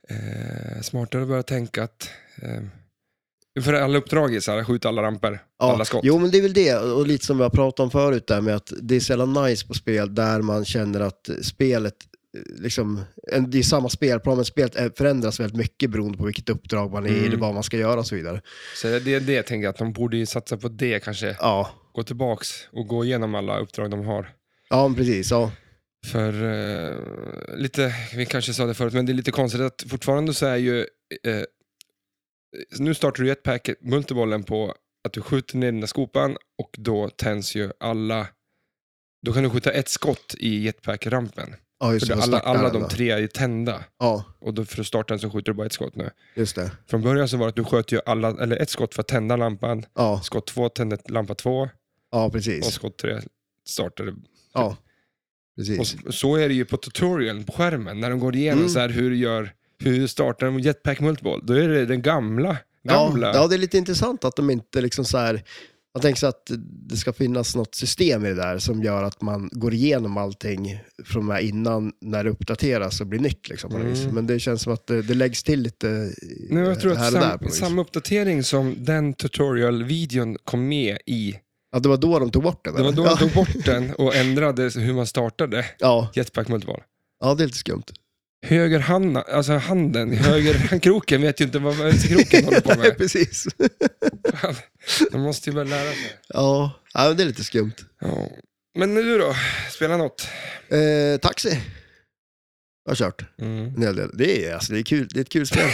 eh, smartare att börja tänka att eh, för alla uppdrag är så här, skjuta alla ramper, alla skott. Jo, men det är väl det. Och lite som vi har pratat om förut där med att det är sällan nice på spel där man känner att spelet, eh, liksom, en- det är samma spelplan, men spelet är- förändras väldigt mycket beroende på vilket uppdrag man är i Mm. eller vad man ska göra och så vidare. Så det är det jag tänker, att de borde ju satsa på det kanske. Ja, Gå tillbaks och gå igenom alla uppdrag de har. ja men precis. Ja. För eh, lite, vi kanske sa det förut, men det är lite konstigt att fortfarande så är ju, eh, nu startar du jetpack, multibollen på att du skjuter ner den där skopan och då tänds ju alla, då kan du skjuta ett skott i jetpack-rampen. Ja, just För det. man alla, startar alla den de då. tre är ju tända. Ja, Och då för att starta den så skjuter du bara ett skott nu. just det. Från början så var det att du sköt ju alla, eller ett skott för att tända lampan. Ja, Skott två tände lampa två. ja Och precis. skott tre startade. Ja, Och precis. så- så är det ju på tutorialen på skärmen. När de går igenom Mm. så här hur du gör, hur startar en jetpack multiball. Då är det den gamla. Ja, gamla. ja, det är lite intressant att de inte liksom så här... Jag tänker så att det ska finnas något system i det där som gör att man går igenom allting från med innan när det uppdateras och blir nytt. Liksom, på något Mm. vis. Men det känns som att det, det läggs till lite eh, nu, jag tror här att och där. På något sam, vis. samma uppdatering som den tutorial-videon kom med i, Att det var då de tog bort det? det var eller? då ja. de tog bort den och ändrade hur man startade Ja. jetpack multiball. ja, det är lite skumt. Höger hand, alltså handen, höger [laughs] kroken vet ju inte vad vänsterkroken [laughs] håller på med. precis. Fan, De måste ju börja lära sig. Ja, ja men det är lite skumt. Ja. Men nu då, spela något. Eh, taxi. Jag har kört Mm. en hel del. Det är, alltså, det är, kul, det är ett kul [laughs] spel.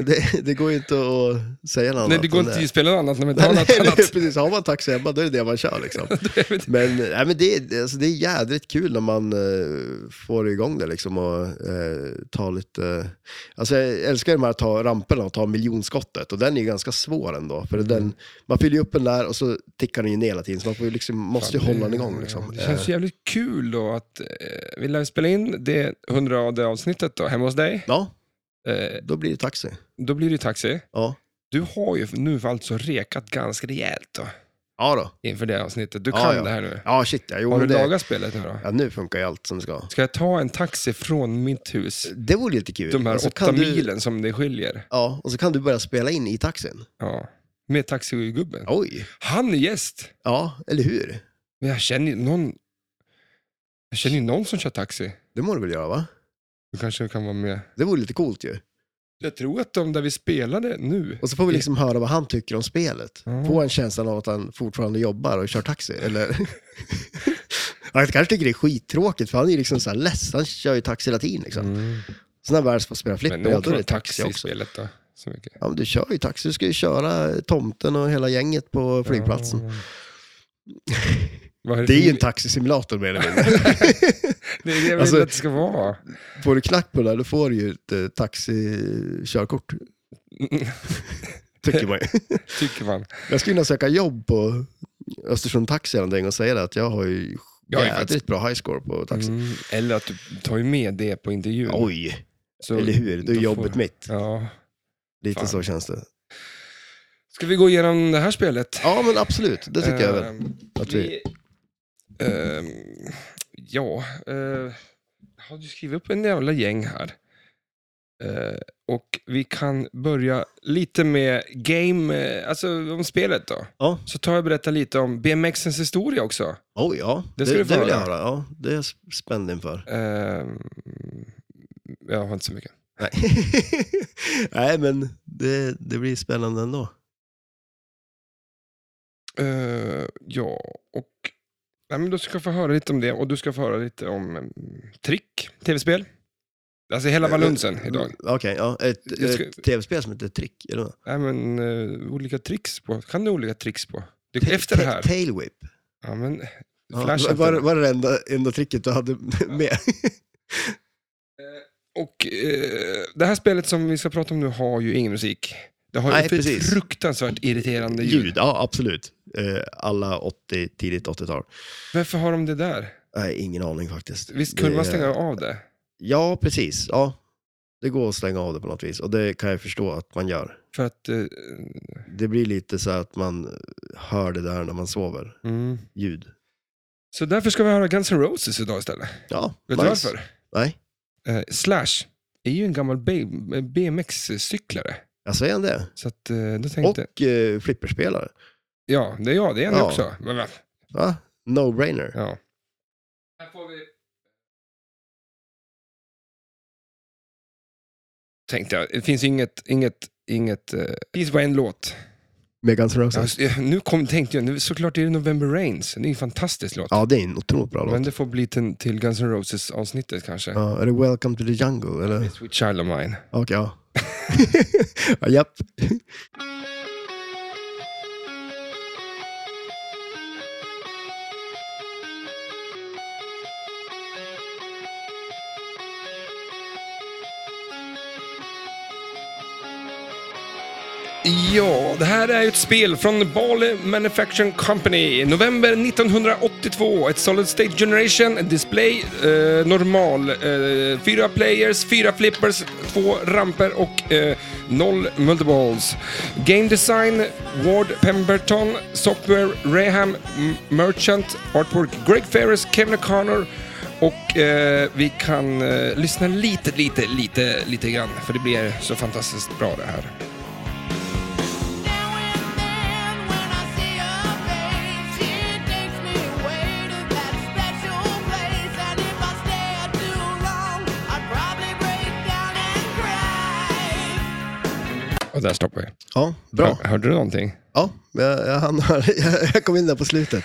det, det går ju inte att säga något Nej, annat det går än inte att spela något annat när man inte Nej, har något nej, annat. nej, precis. Har man taxi hemma, då är det det man kör. Liksom. [laughs] Det är- Men, nej, men det, är- alltså, det är jädrigt kul när man eh, får igång det liksom, och eh, tar lite... Alltså, jag älskar ju de här att ta ramperna och ta miljonskottet och den är ju ganska svår ändå. För Mm. den, man fyller ju upp den där och så tickar den ju ner hela tiden så man får ju liksom, måste ju Fan, hålla den det- igång. Liksom. Det känns Eh, ju jävligt kul då att eh, vi lär spela in det hundrade avsnittet då, hemma hos dig. Ja, Eh, då blir det taxi. då blir det ju taxi. Ja, Du har ju nu alltså rekat ganska rejält då, ja då. inför det avsnittet. Du Ja, kan ja. det här nu. Ja, shit ja. Jo, har du men det, lagat spelet nu då? ja, nu funkar ju allt som det ska. Ska jag ta en taxi från mitt hus, Det vore lite kul. de här Och så åtta kan du- milen som det skiljer, Ja, och så kan du börja spela in i taxin. ja. med taxigubben? Oj. Han är gäst! Ja, eller hur? Men jag känner ju någon, jag känner ju någon som kör taxi. Det må du väl göra va? Du kanske kan vara med. Det vore lite coolt ju. Jag tror att de där vi spelade nu, Och så får vi liksom höra vad han tycker om spelet. Ja. Få en känsla av att han fortfarande jobbar och kör taxi. Eller... [laughs] han kanske tycker det är skittråkigt för han är ju liksom så här less. Han kör ju taxi hela tiden liksom. Mm. Så när Bärs får spela flipper, men ja, någon då är tror det att taxi taxi i också. spelet då. Så mycket. Ja, men du kör ju taxi. Du ska ju köra tomten och hela gänget på flygplatsen. Ja. [laughs] Vad är Det är ju en inte... taxisimulator mer eller mindre. [laughs] det är det jag vill Alltså- att det ska vara. Får du knack på det där, då får du ju ett eh, [laughs] taxikörkort. Tycker man ju. Tycker man. Jag skulle kunna söka jobb på Östersund Taxi eller någonting och säga det att jag har ju Jag är jädrigt faktiskt- bra highscore på taxi. Mm. Eller att du tar ju med det på intervjun. Oj, Så- eller hur? Det är då jobbet får- mitt. Ja. Lite fan. så känns det. Ska vi gå igenom det här spelet? Ja, men absolut. Det tycker jag väl. Ehm, Att vi... vi- ehm, ja, eh, jag har ju skrivit upp en jävla gäng här. Eh, och vi kan börja lite med game, eh, alltså om spelet då. Ja. Så tar jag och berättar lite om BMXens historia också. Oj, ja. Det Det, ska det, du få vill jag höra. höra. Ja, det är jag spänd inför. Ehm, jag har inte så mycket. Nej, [laughs] Nej men det, det blir spännande ändå. Eh, ja, och nej, men du ska få höra lite om det och du ska få höra lite om um, trick, tv-spel. Alltså Eh, hela balansen idag. Okej, ja. Ett, Jag ska- ett tv-spel som heter Trick, eller vad? Nej, men eh, olika tricks på. Kan du olika tricks på? Du, efter det här. Tail whip. Ja, men, Ja, flash var, var- var det det enda, enda tricket du hade [laughs] med? Och eh, det här spelet som vi ska prata om nu har ju ingen musik. Det har ju Nej, ett precis. fruktansvärt irriterande ljud. Ljud, ja absolut. Eh, alla 80, tidigt 80-tal. Varför har de det där? Nej, ingen aning faktiskt. Visst kunde Det- man stänga av det? Ja, precis. Ja. Det går att stänga av det på något vis och det kan jag förstå att man gör. För att... Eh, Det blir lite så här att man hör det där när man sover, mm. ljud. Så därför ska vi höra Guns N' Roses idag istället. Ja, Vet du nice. varför? Nej, Eh, Slash är ju en gammal B- BMX-cyklare. jag säger han det. Så att, eh, då tänkte Och eh, flipperspelare. Ja, det är jag. Det är han Ja. också. Men, va? Va? No-brainer. Ja. Här får vi... Tänkte jag. Det finns inget... inget, inget eh, det finns bara en låt. Med Guns N' Roses. Alltså, eh, nu kom, tänkte jag, nu, såklart är det November Rains. Det är en fantastisk låt. Ja, det är en otroligt bra Men låt. det får bli till, till Guns N' Roses-avsnittet kanske. Ja, är det Welcome to the Jungle? Eller? [laughs] Okej, Sweet Child of Mine. ja. [laughs] ja. Japp. Ja, det här är ju ett spel från Bali Manufacturing Company. November 1982. Ett Solid State Generation, en display, eh, normal. Eh, fyra players, fyra flippers, två ramper och eh, noll multiballs. Game design, Ward Pemberton, software, Raham M- Merchant, artwork, Greg Ferris, Kevin O'Connor. Och eh, vi kan eh, lyssna lite, lite, lite, lite grann. För det blir så fantastiskt bra det här. Now and then, when I see her face, she takes me away to that special place. And if I stay too long, I'd probably break down and cry. Och där stoppar vi. Ja, bra. Hör, hörde du någonting? Ja, jag, jag, hann- [laughs] jag, jag kom in där på slutet.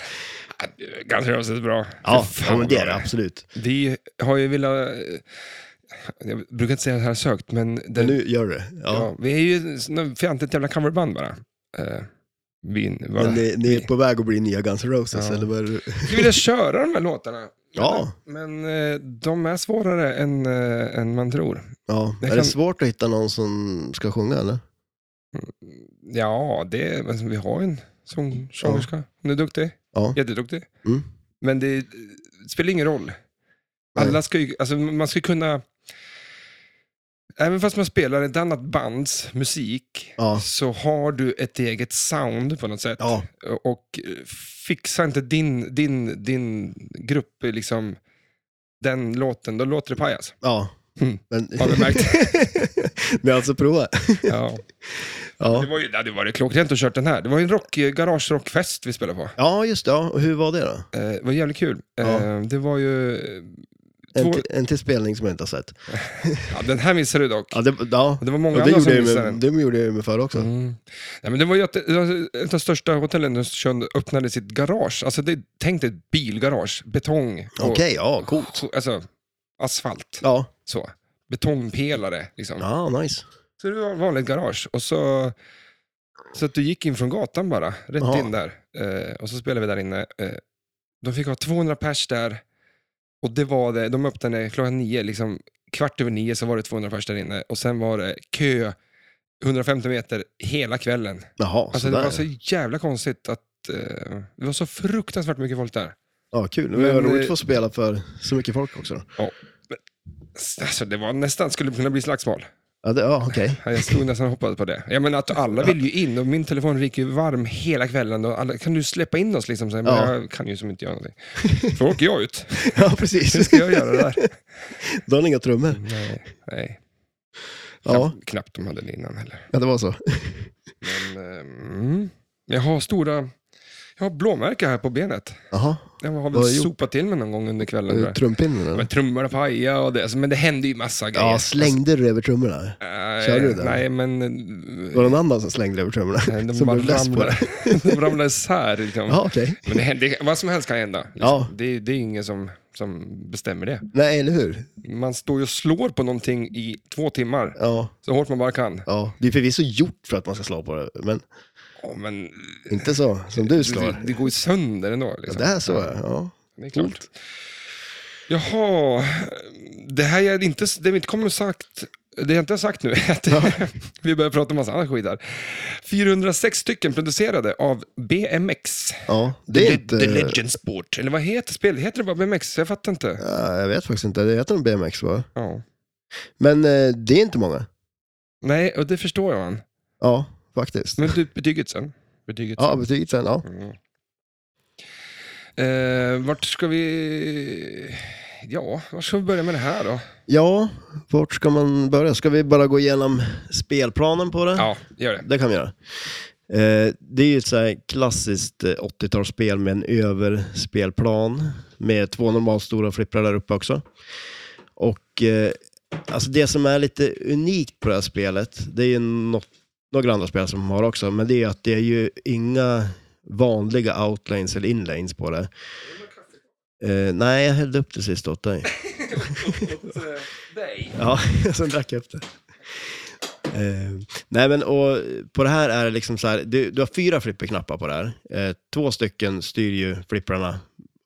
Ganska rövsigt bra. Ja, Fy ja fan men vad det bra är det absolut. Vi har ju velat... eh, Jag brukar inte säga att jag har sökt, men... Det, Men nu gör du det. ja. Ja. vi är ju ett fjantigt jävla coverband bara. Eh, vi, bara. Men ni, ni är på väg att bli nya Guns N' Roses, Ja. eller vad är det? Vi vill köra de här låtarna. Ja. Men eh, de är svårare än, eh, än man tror. Ja. Jag Är det kan- svårt att hitta någon som ska sjunga, eller? Ja, det, alltså, vi har en sång, sångerska. Hon är duktig. Ja. Jätteduktig. Mm. Men det eh, spelar ingen roll. Nej. Alla ska ju, alltså man ska kunna... Även fast man spelar ett annat bands musik Ja. så har du ett eget sound på något sätt. Ja. Och eh, fixa inte din, din, din grupp, eh, liksom, den låten, då låter det [laughs] pajas. Ja. Mm. Men... Har du märkt? [laughs] Men alltså prova. Ja. Det Ja. var ju, det hade varit klockrent att kört den här. Det var ju en rock, eh, garagerockfest vi spelade på. ja, just det. Ja. Och hur var det då? Eh, det var jävligt kul. Ja. Eh, det var ju... eh, En, Två- till- en till spelning som jag inte har sett. Ja, den här missade du dock. Ja, det, ja. Det var många Och det, andra som gjorde jag missade ju den. med, det gjorde jag ju med förr också. Mm. Nej, men det var ju att, det var ett av de största hotellen i Östersund öppnade sitt garage. Alltså det, tänk dig ett bilgarage, betong och Okej, ja, coolt. alltså, asfalt. Ja, Så. Betongpelare. Liksom. ja nice. Så det var ett vanligt garage. Och så, så att du gick in från gatan bara, rätt Jaha. in där. Eh, och så spelade vi där inne. Eh, de fick ha 200 pers där. Och det var det, de öppnade klockan nio, liksom, kvart över nio så var det 200 pers där inne. Och sen var det kö 150 meter hela kvällen. Jaha, Alltså, det sådär. var så jävla konstigt att eh, det var så fruktansvärt mycket folk där. Ja, kul. Men, vad Men, roligt eh, att få spela för så mycket folk också. Då. Alltså, det var nästan, skulle kunna bli slagsmål. Ja, det, ja okej. [laughs] Jag stod nästan och hoppades på det. Jag menar att alla vill ju in och min telefon gick ju varm hela kvällen. Och alla, kan du släppa in oss liksom? Så här, men Ja. Jag kan ju som inte göra någonting. För då åker jag ut. [laughs] Ja, Hur precis. ska jag göra [laughs] det där? Då har ni inga trummor. Nej, nej. Ja, Knappt, knappt de hade det innan heller. ja, det var så. Men, eh, mm. Jag har stora, jag har blåmärken här på benet. Jaha, Jag har Vad har du väl gjort? sopat till mig någon gång under kvällen. tror jag. trumpinnen eller? Men trummorna pajade och det, alltså, men det hände ju massa grejer. Ja, slängde du över trummorna? Nej, Kör du den? Nej, men... Var det någon annan som slängde över trummorna? eh, De som bara blev less på ramlade, det? [laughs] [laughs] de ramlade isär. Liksom. Ja, okej. Men det, händer- vad som helst kan hända. Liksom. Ja. Det, det är ingen som, som bestämmer det. Nej, eller hur? Man står ju och slår på någonting i två timmar, Ja, så hårt man bara kan. ja. Det är förvisso gjort för att man ska slå på det, men Ja, men inte så som du slår. det, det går ju sönder ändå. Ja, Liksom. det här så jag. Ja. Det är klart. Jaha, det här är inte, det vi inte kommer att sagt, det jag inte har sagt nu är att [laughs] vi börjar prata om massa annan skit här. 406 stycken producerade av BMX. ja, det är inte... The Legend Sport. Eller vad heter spelet? Heter det bara BMX? Jag fattar inte. Ja, jag vet faktiskt inte. Det heter nog BMX va? Ja. Men eh, det är inte många. Nej, och det förstår jag. Man. Ja, faktiskt. Men du, betyget sen. Betyget Ja, sen. betyget sen. Ja. Mm. Eh, vart ska vi... Ja, vart ska vi börja med det här då? ja, vart ska man börja? Ska vi bara gå igenom spelplanen på det? Ja, gör det. Det kan vi göra. Eh, det är ju ett så här klassiskt eh, 80-talsspel med en överspelplan med två normalstora flipprar där uppe också. Och eh, alltså det som är lite unikt på det här spelet, det är ju något, några andra spel som har också, men det är ju att det är ju inga vanliga outlanes eller inlanes på det. Eh, nej, jag hällde upp det sist åt dig. Ja, [laughs] sen drack jag upp det. Eh, nej men och på det här är det liksom så här, du, du har fyra flipperknappar på det här. Eh, två stycken styr ju flipprarna,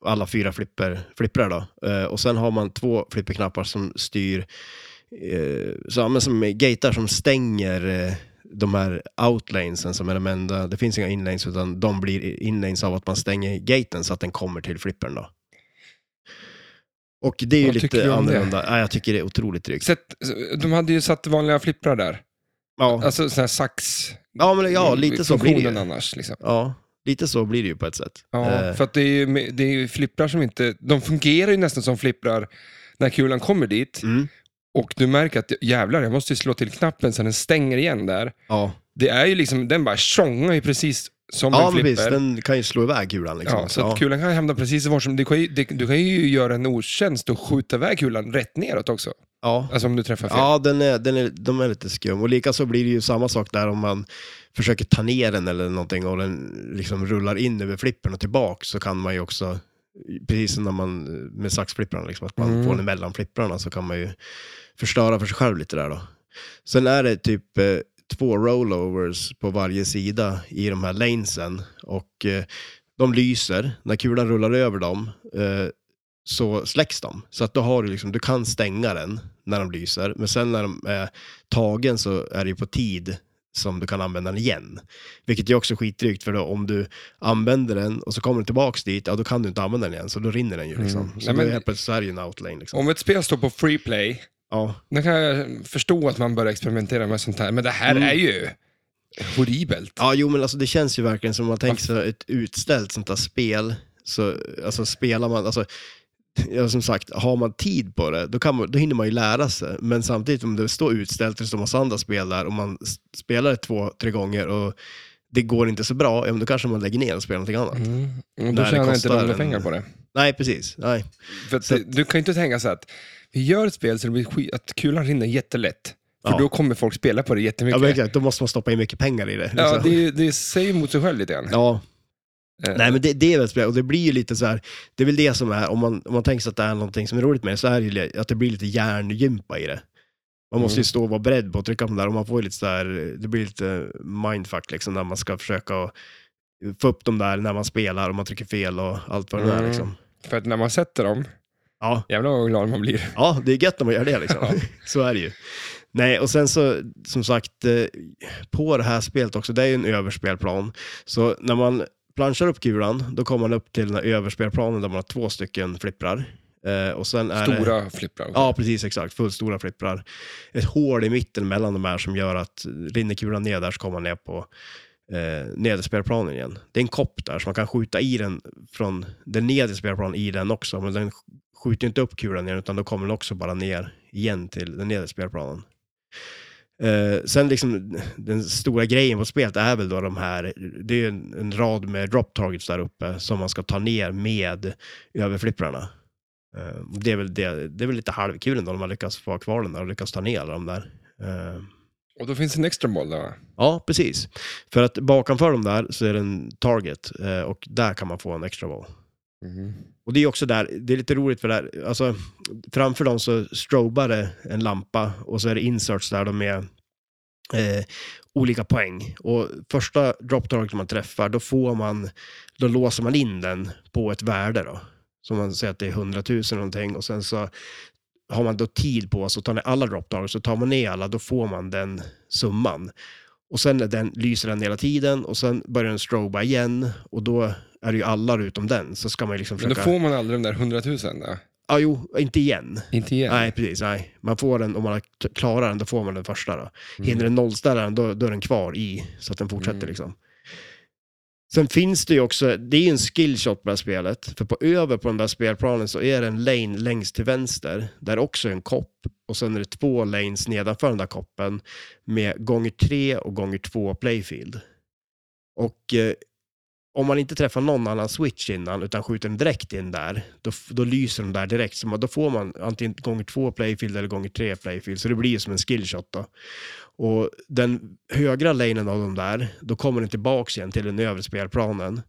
alla fyra flipper, flipprar då. Eh, och sen har man två flipperknappar som styr, eh, så, ja, men som gatar som stänger eh, de här outlanesen som är de enda, det finns inga inlanes utan de blir inlanes av att man stänger gaten så att den kommer till flippern då. Och det är ju Vad tycker du lite om det? annorlunda. Ja, jag tycker det är otroligt drygt. Sätt, de hade ju satt vanliga flipprar där. Ja, Alltså sådana här sax... ja, men, ja lite så blir det funktionen ju. annars. Liksom. Ja, lite så blir det ju på ett sätt. Ja, Eh, för att det är, ju, me- det är ju flipprar som inte... De fungerar ju nästan som flipprar när kulan kommer dit. mm, Och du märker att jävlar, jag måste ju slå till knappen så den stänger igen där. ja, Det är ju liksom, den bara tjongar ju precis som ja en men flipper. visst, den kan ju slå iväg kulan liksom. Ja, så att kulan kan hamna precis var som... Du kan, ju, det, du kan ju göra en otjänst och skjuta iväg kulan rätt neråt också. ja. Alltså om du träffar fel. Ja, den är, den är, de är lite skum. Och likaså blir det ju samma sak där om man försöker ta ner den eller någonting och den liksom rullar in över flippern och tillbaka så kan man ju också, precis som när man med saxflipprarna, liksom, att man Mm. får den mellan flipprarna så kan man ju förstöra för sig själv lite där då. Sen är det typ eh, två rollovers på varje sida i de här lanesen och eh, de lyser. När kulan rullar över dem eh, så släcks de. Så att då har du liksom, du kan stänga den när de lyser, men sen när de är tagen så är det ju på tid som du kan använda den igen. Vilket är också skitdrygt för då om du använder den och så kommer den tillbaks dit, ja då kan du inte använda den igen, så då rinner den ju liksom. Mm. Så Nej, då men- är det plötsligt så är det ju en outlane liksom. Om ett spel står på free play, Ja. då kan jag förstå att man börjar experimentera med sånt här. Men det här Mm. är ju horribelt. Ja, jo men alltså det känns ju verkligen som om man tänker sig ett utställt sånt här spel, så alltså spelar man, alltså Ja, som sagt, har man tid på det, då, kan man, då hinner man ju lära sig. Men samtidigt, om det står utställt, det står massa andra spel där, och man s- spelar det två, tre gånger och det går inte så bra, ja, men då kanske man lägger ner och spelar någonting annat. Mm. Och då Nej, det tjänar inte kostar de några en- pengar på det. Nej, precis. Nej. För att Så det, du kan ju inte tänka så att vi gör ett spel så det blir skit, att kulan rinner jättelätt. För Ja. då kommer folk spela på det Ja, jättemycket. men exakt, då måste man stoppa in mycket pengar i det. Liksom. Ja, det, är ju- det säger mot sig själv lite grann. ja. Eh, Nej, men det, det är väl speciellt. Och det blir ju lite så här, det är väl det som är, om man, om man tänker sig att det är någonting som är roligt med det, så är det ju li- att det blir lite hjärngympa i det. Man måste ju Mm. stå och vara beredd på att trycka på den där och man får ju lite så här, det blir lite mindfuck liksom när man ska försöka att få upp dem där när man spelar och man trycker fel och allt vad det är Mm. liksom. För att när man sätter dem, Ja, jävlar vad glad man blir. Ja, det är gött när man gör det liksom. Ja. [laughs] Så är det ju. Nej, och sen så, som sagt, eh, på det här spelet också, det är ju en överspelplan. Så när man planschar upp kulan, då kommer man upp till den här överspelplanen där man har två stycken flipprar. Eh, och sen är Det, Stora flipprar. ja, precis, exakt. Fullstora flipprar. Ett hål i mitten mellan de här som gör att eh, rinner kulan ner där så kommer man ner på eh, nederspelplanen igen. Det är en kopp där, så man kan skjuta i den från den nedre spelplanen i den också, men den skjuter ju inte upp kulan igen, utan då kommer den också bara ner igen till den nedre spelplanen. Eh, sen liksom, den stora grejen på spelet är väl då de här, det är ju en, en rad med drop targets där uppe som man ska ta ner med överflipprarna. Eh, och det, är väl det, det är väl lite halvkul ändå, om man lyckas få ha kvar den där och lyckas ta ner alla de där. Eh, Och då finns en extra boll där va? Ja, precis. För att bakanför dem där så är det en target eh, och där kan man få en extra boll. Mm-hmm. Och det är också där, det är lite roligt för där, alltså framför dem så strobar det en lampa och så är det inserts där de är eh, olika poäng. Och första drop target man träffar, då får man, då låser man in den på ett värde då. Så man säger att det är 100 000 någonting och sen så har man då tid på sig att ta ner alla drop targets, så tar man ner alla, då får man den summan. Och sen är den, lyser den hela tiden och sen börjar den stroba igen och då är det ju alla utom den. Så ska man ju liksom Men då försöka... får man aldrig de där hundratusen då? Ja, jo, inte igen. Inte igen? Nej, precis. Nej. Man får den, om man har t- klarar den, då får man den första. Då. Hinner den nollställa den, då, då är den kvar i, så att den fortsätter Mm. liksom. Sen finns det ju också, det är ju en skillshot på det här spelet, för på över på den där spelplanen så är det en lane längst till vänster, där också är en kopp, och sen är det två lanes nedanför den där koppen med gånger tre och gånger två playfield. Och eh, om man inte träffar någon annan switch innan, utan skjuter den direkt in där, då, f- då lyser den där direkt. Så man, då får man antingen gånger två playfield eller gånger tre playfield, så det blir ju som en skillshot då. Och den högra lanen av de där, då kommer den tillbaks igen till den övre spelplanen.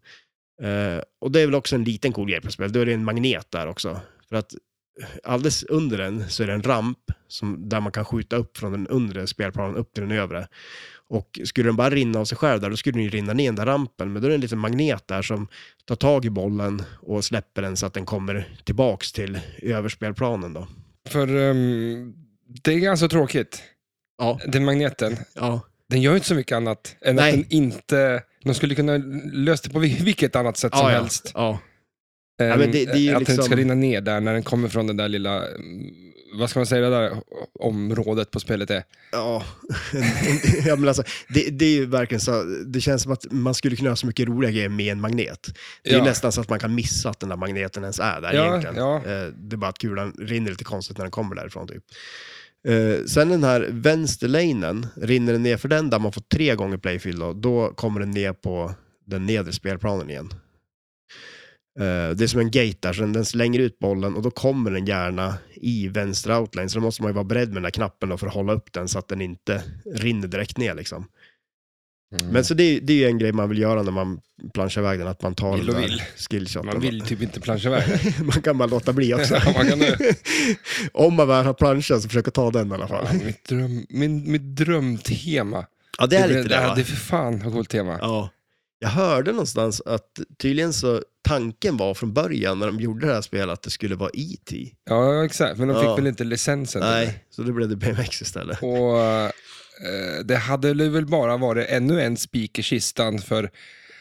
Eh, och det är väl också en liten cool grej på spel. Då är det en magnet där också. För att eh, alldeles under den så är det en ramp som, där man kan skjuta upp från den undre spelplanen upp till den övre. Och skulle den bara rinna av sig själv där, då skulle den ju rinna ner den där rampen. Men då är det en liten magnet där som tar tag i bollen och släpper den så att den kommer tillbaks till överspelplanen då. För ehm, det är ganska tråkigt, Ja, den magneten. ja, Den gör ju inte så mycket annat än Nej. att den inte... De skulle kunna lösa det på vil- vilket annat sätt som helst. Ja. Än, men det- det är ju att den liksom- inte ska rinna ner där när den kommer från det där lilla... mm, Vad ska man säga, det där området på spelet är. Ja, ja men alltså, det, det är ju verkligen så, det känns som att man skulle kunna göra så mycket roliga grejer med en magnet. Det är Ja. nästan så att man kan missa att den där magneten ens är där Ja, egentligen. ja. Eh, Det är bara att kulan rinner lite konstigt när den kommer därifrån typ. Eh, Sen den här vänsterlanen, rinner den ner för den där man får tre gånger playfield då, då kommer den ner på den nedre spelplanen igen. Eh, Det är som en gate där, så den, den slänger ut bollen och då kommer den gärna i vänstra outline. Så då måste man ju vara beredd med den där knappen då för att hålla upp den så att den inte rinner direkt ner. Liksom. Mm. Men så det, är- det är ju en grej man vill göra när man planschar iväg den, att man tar Vill den och där vill. skillshoten. Man vill ju typ inte planscha iväg [laughs] den. man kan bara låta [laughs] bli också. Ja, man kan det. [laughs] Om man väl har planschat så försöker ta den i alla fall. Fan, mitt, dröm, min, mitt drömtema. Ja, det är lite det. ja, va? det är för fan vad coolt tema. Ja. Jag hörde någonstans att tydligen så tanken var från början när de gjorde det här spelet att det skulle vara E E.T. Ja, exakt. Men de fick Ja. väl inte licensen? eller? Nej, så det blev det BMX istället. Och eh, det hade väl bara varit ännu en spik i kistan för...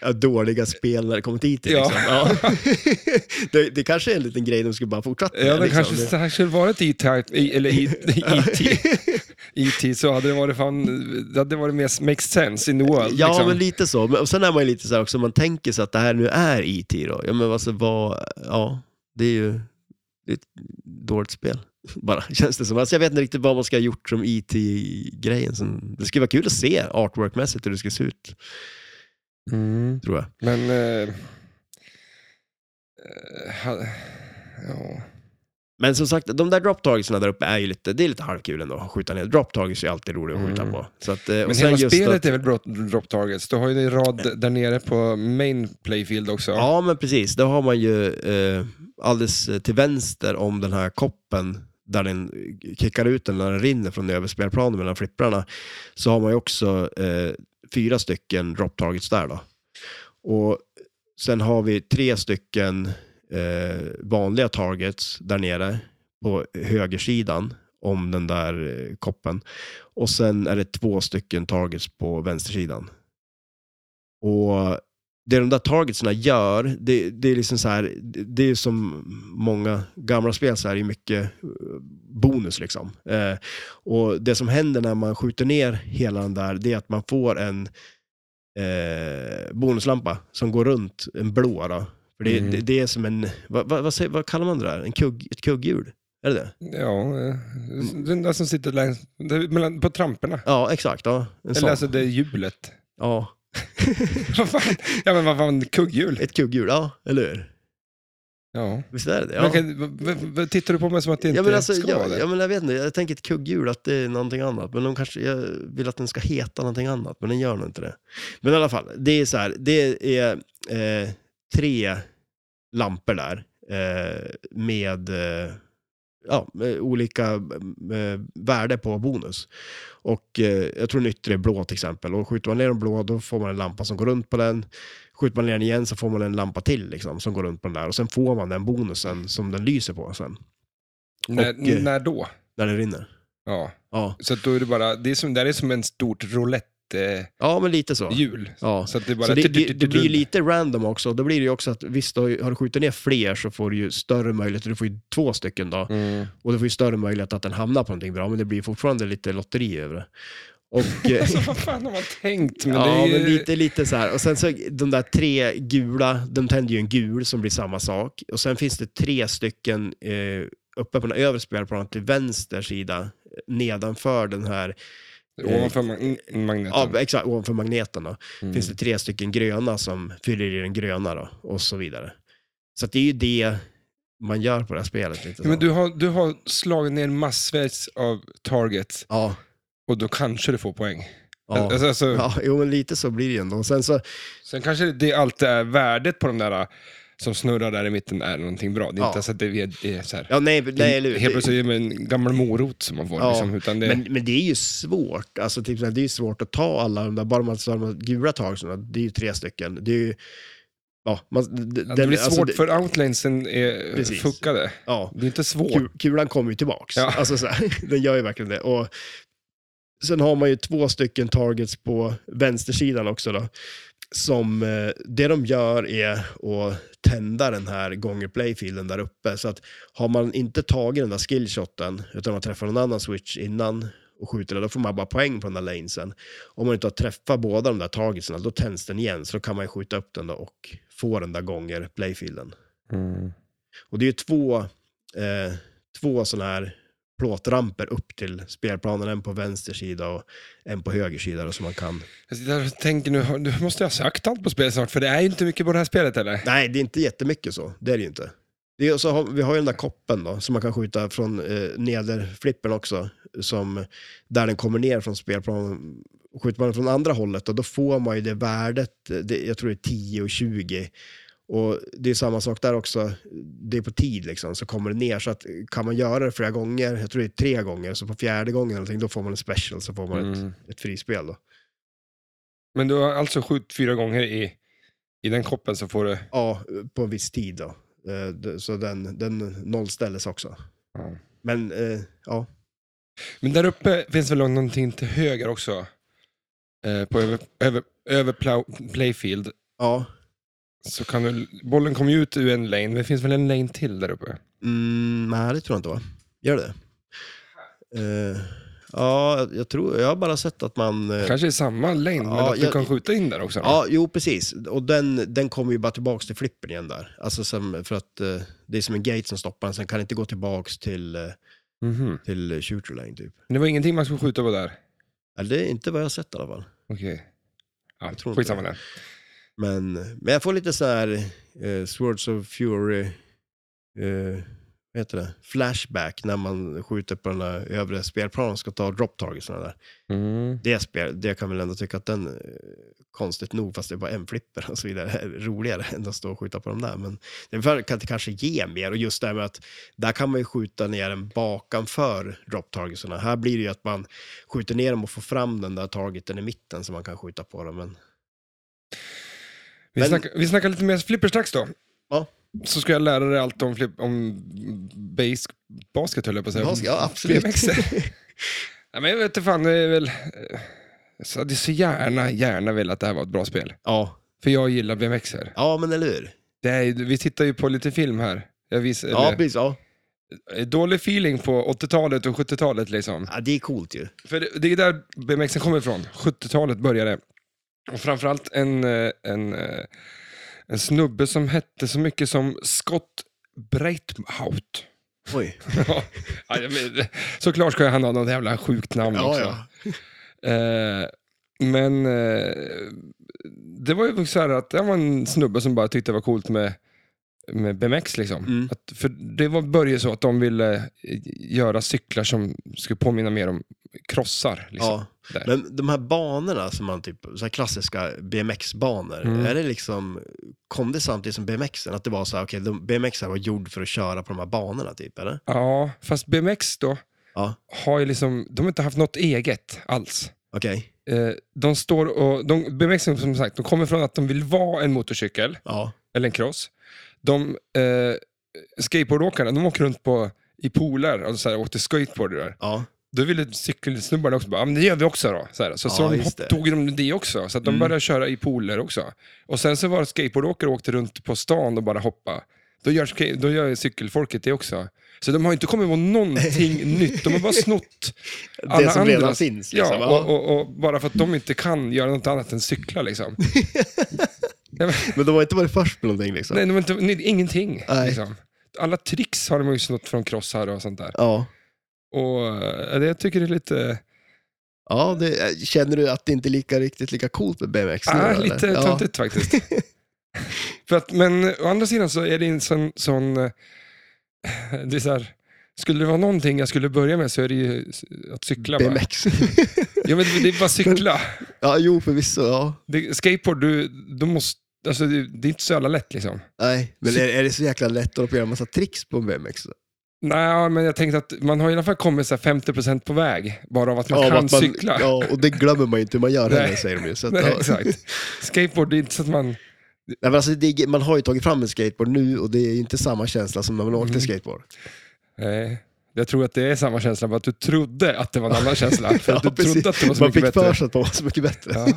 Ja, dåliga spel när det kommer till IT. Ja. Liksom. Ja. [laughs] det, det kanske är en liten grej de skulle bara fortsätta Ja, det liksom. kanske det här skulle varit E-Type, i- eller E- [laughs] E.T. E.T. så hade det varit fan, det hade varit mer makes sense in the world. Ja, liksom. men lite så. Men, och sen är man ju lite så här också, man tänker sig att det här nu är IT då. Ja, men alltså vad, ja, det är ju det är ett dåligt spel. [laughs] Bara, känns det som. Alltså, jag vet inte riktigt vad man ska ha gjort som IT-grejen. Sen- Det skulle vara kul att se artworkmässigt hur det ska se ut, Mm. tror jag. Men... Eh, eh, ha- ja. Men som sagt, de där drop targetsna där uppe är ju lite, det är lite halvkul ändå att skjuta ner. Drop targets är ju alltid roliga att skjuta Mm. på. Så att, eh, och Men sen hela just spelet att- är väl drop, drop targets? Du har ju en rad där nere på main playfield också. Ja, men precis. Då har man ju eh, alldeles till vänster om den här koppen där den kickar ut den när den rinner från överspelplanen mellan flipprarna, så har man ju också eh, fyra stycken drop targets där då. Och sen har vi tre stycken eh, vanliga targets där nere på högersidan om den där eh, koppen. Och sen är det två stycken targets på vänstersidan. Och det de där targetsna gör, det, det är liksom så här, det, det är som många gamla spel så här, det är mycket eh, bonus liksom. Eh, och det som händer när man skjuter ner hela den där, det är att man får en eh, bonuslampa som går runt, en blå då. För det, Mm. det, det är som en, vad, vad, vad, säger, vad kallar man det där? En kugg, ett kugghjul? Är det det? Ja, eh, den där som sitter längs, där mellan, på tramporna. Ja, exakt. Ja, en sån. Eller alltså det hjulet. [laughs] ja. Vad fan? ja men vad fan, kugghjul. Ett kugghjul, ja, eller hur? Ja. Visst är det det? Ja. Men kan, v, v, v, tittar du på mig som att det inte Ja, men alltså, ska vara jag, det? ja, men jag vet inte, jag tänker ett kugghjul att det är någonting annat. Men de kanske jag vill att den ska heta någonting annat, men den gör nog inte det. Men i alla fall, det är så här, det är eh, tre lampor där eh, med eh, ja, med olika eh, värde på bonus. Och eh, jag tror den yttre är blå till exempel. Och skjuter man ner den blå, då får man en lampa som går runt på den. Skjuter man ner den igen så får man en lampa till liksom, som går runt på den där. Och sen får man den bonusen som den lyser på sen, och, när, eh, när då? när den rinner. Ja. Ja, Så att då är det bara, det är som, där är som en stort roulette-hjul. ja men lite så. Ja. Så att det är bara... Så det, det, det blir ju lite random också. Då blir det ju också att visst, har ju- har du skjutit ner fler så får du ju större möjligheter. Du får ju två stycken då. Mm. Och du får ju större möjlighet att den hamnar på någonting bra, men det blir fortfarande lite lotteri över det. Och, [laughs] eh, Alltså vad fan har man [laughs] tänkt? Men det ja, är ju... men lite, lite så här. Och sen så de där tre gula, de tänder ju en gul som blir samma sak. Och sen finns det tre stycken eh, uppe på den övre spelplanen till vänster sida, eh, nedanför den här, Ovanför mag- mm, ja, magneten. exakt ovanför magneten då. Mm. finns det tre stycken gröna som fyller i den gröna då, och så vidare. Så att det är ju det man gör på det här spelet. Lite Men så. du har, du har slagit ner massvis av targets Ja, och då kanske du får poäng. ja. Alltså, alltså, ja, jo men lite så blir det ju ändå. Och Sen så, Sen kanske det alltid är värdet på de där äh, som snurrar där i mitten är någonting bra. Det är Ja. inte så att det är, det är så här. ja nej, nej eller hur? Helt plötsligt är det en gammal morot som man får. Ja, Liksom, utan det, Men, men det är ju svårt. Alltså, typ, så här, det är ju svårt att ta alla de där, bara man tar de här gula targetsna, det är ju tre stycken. Det är ju, ja, man, d- Ja, det den- blir alltså, svårt det- för outlinesen är Precis. fuckade. Ja. Det är inte svårt. Kul- kulan kommer ju tillbaks. Ja. [laughs] Alltså, så här, den gör ju verkligen det. Och Sen har man ju två stycken targets på vänstersidan också då. Som, eh, det de gör är att tända den här gånger playfielden där uppe. Så att har man inte tagit den där skillshoten, utan man träffar någon annan switch innan och skjuter den, då får man bara poäng på den där lanesen. Om man inte har träffat båda de där targetsna, då tänds den igen. Så då kan man ju skjuta upp den då och få den där gånger playfielden. Mm. Och det är ju två, eh, två sådana här plåtramper upp till spelplanen, en på vänster sida och en på höger sida då, som man kan. Jag sitter här och tänker nu, har- nu måste jag ha sökt allt på spelet snart, för det är ju inte mycket på det här spelet eller? Nej, det är inte jättemycket så, det är det ju inte. Det är, så har, vi har ju den där koppen då, som man kan skjuta från eh, nederflippen också, som, där den kommer ner från spelplanen. Skjuter man den från andra hållet då, då får man ju det värdet, eh, det, jag tror det är 10 och 20. Och det är samma sak där också, det är på tid liksom, så kommer det ner. Så att, kan man göra det flera gånger, jag tror det är tre gånger, så på fjärde gången eller någonting, då får man en special, så får man ett, Mm. ett frispel då. Men du har alltså skjutit fyra gånger i, i den koppen så får du... Ja, på en viss tid då. Eh, d- Så den, den nollställs också. Ja. Men eh, ja, Men där uppe finns väl någonting till höger också? Eh, på över, över, över plow, playfield. ja. Så kan du, bollen kommer ju ut ur en lane, men det finns väl en lane till där uppe? Mm, nej, det tror jag inte va? Gör det Eh, Ja, jag- jag tror, jag har bara sett att man... eh, Kanske i samma lane, men Ja, att du jag- kan skjuta in där också? Ja, jo precis. Och den, den kommer ju bara tillbaks till flippen igen där. Alltså som, för att eh, det är som en gate som stoppar den, sen kan den inte gå tillbaks till, eh, Mhm. till eh, shooter lane typ. Det var ingenting man skulle skjuta på där? Eller det är inte vad jag har sett i alla fall. Okej. Ja, Jag tror inte skitsamma det. där. Men, men jag får lite så här eh, Swords of Fury, eh, vad heter det? Flashback när man skjuter på den där övre spelplanen och ska ta drop targets och sådana där. Mm. Det, spel, det kan väl ändå tycka att den, eh, konstigt nog, fast det är bara en flipper och så vidare, är roligare [laughs] än att stå och skjuta på de där. Men den för- kan det kanske ge mer och just det här med att där kan man ju skjuta ner den bakanför drop targetsarna. Här blir det ju att man skjuter ner dem och får fram den där targeten i mitten som man kan skjuta på dem. Men Vi, Men- snackar, vi snackar lite mer flippersnacks då. Ja. Så ska jag lära dig allt om, flip, om base, basket, höll jag på att säga. Ja, ja, [laughs] absolut. BMX. Nej, men jag vet inte fan, det är väl... eh, Så hade jag så gärna, gärna velat att det här var ett bra spel. ja, För jag gillar BMXer. Ja, men eller hur? Det är, vi tittar ju på lite film här. Jag vis, Ja, eller, eh, precis. Ja. dålig feeling på 80-talet och 70-talet liksom. ja, det är coolt ju. För det, det är där BMXen kommer ifrån. 70-talet började. Och framförallt en, eh, en, eh, en snubbe som hette så mycket som Scott Breithout. [laughs] Oj. Ja, jag men, såklart ska han ha något jävla sjukt namn också. Eh, men eh, det var ju så här att det var en snubbe som bara tyckte det var coolt med, med BMX. Liksom. Mm. Att, för det var började så att de ville eh, göra cyklar som skulle påminna mer om krossar. Liksom. Ja. Där. Men de här banorna som man typ, så här klassiska BMX-banor, Mm. är det liksom, kom det samtidigt som BMXen? Att det var så här, okej, de- BMX var gjord för att köra på de här banorna typ, eller? Ja, fast BMX då, Ja. har ju liksom, de har inte haft något eget alls. Okej. Eh, de står och, de, BMX som sagt, de kommer från att de vill vara en motorcykel, Ja. eller en cross. De eh, skateboardåkarna, de åker runt på, i pooler, alltså så här, åkte skateboard och det där. Ja. Då ville cykelsnubbarna också bara, "Ja, men det gör vi också då. Så, här, så, så Ja, de just hopp, det. tog de det också, så att de Mm. började köra i pooler också. Och sen så var det skateboardåkare och åkte runt på stan och bara hoppa. Då gör, ska- då gör cykelfolket det också. Så de har inte kommit [laughs] på någonting nytt, de har bara snott Det alla som redan andras. finns liksom. Ja, och, och, och bara för att de inte kan göra något annat än cykla liksom. Nej, men- Men de har inte varit först med någonting liksom? nej, de har inte, nej, ingenting. Nej. Liksom. Alla tricks har de ju snott från crossar och sånt där. Ja. Och eh, det, jag tycker det är lite... Ja, det, eh, känner du att det inte är lika, riktigt lika coolt med BMX nu? Ja, eller? Ah, lite ja. [laughs] töntigt faktiskt. För att, men eh, å andra sidan så är det en sån... sån eh, det är så här, skulle det vara någonting jag skulle börja med så är det ju s- att cykla. Bara. BMX. Ja, men det det är bara cykla. [laughs] ja, jo förvisso, ja. Det, skateboard, du, du måste, alltså, det, det är inte så jävla lätt. liksom. Nej, men är, är det så jäkla lätt att hålla på och göra en massa tricks på en BMX? Nej, men jag tänkte att man har i alla fall kommit så här 50% på väg bara av att man Ja, kan att man- cykla. Ja, och det glömmer man ju inte hur man gör heller, Nej. säger de ju. [laughs] Så att, [laughs] Nej, ja. exakt. Skateboard, det är inte så att man... Nej, men alltså, det, är- Mm. man har ju tagit fram en skateboard nu och det är inte samma känsla som när man åkte skateboard. Nej, eh, Jag tror att det är samma känsla, bara att du trodde att det var en annan känsla. För att [laughs] du Ja, precis. trodde att det var så Man mycket fick bättre. för sig att de var så mycket bättre. Ja.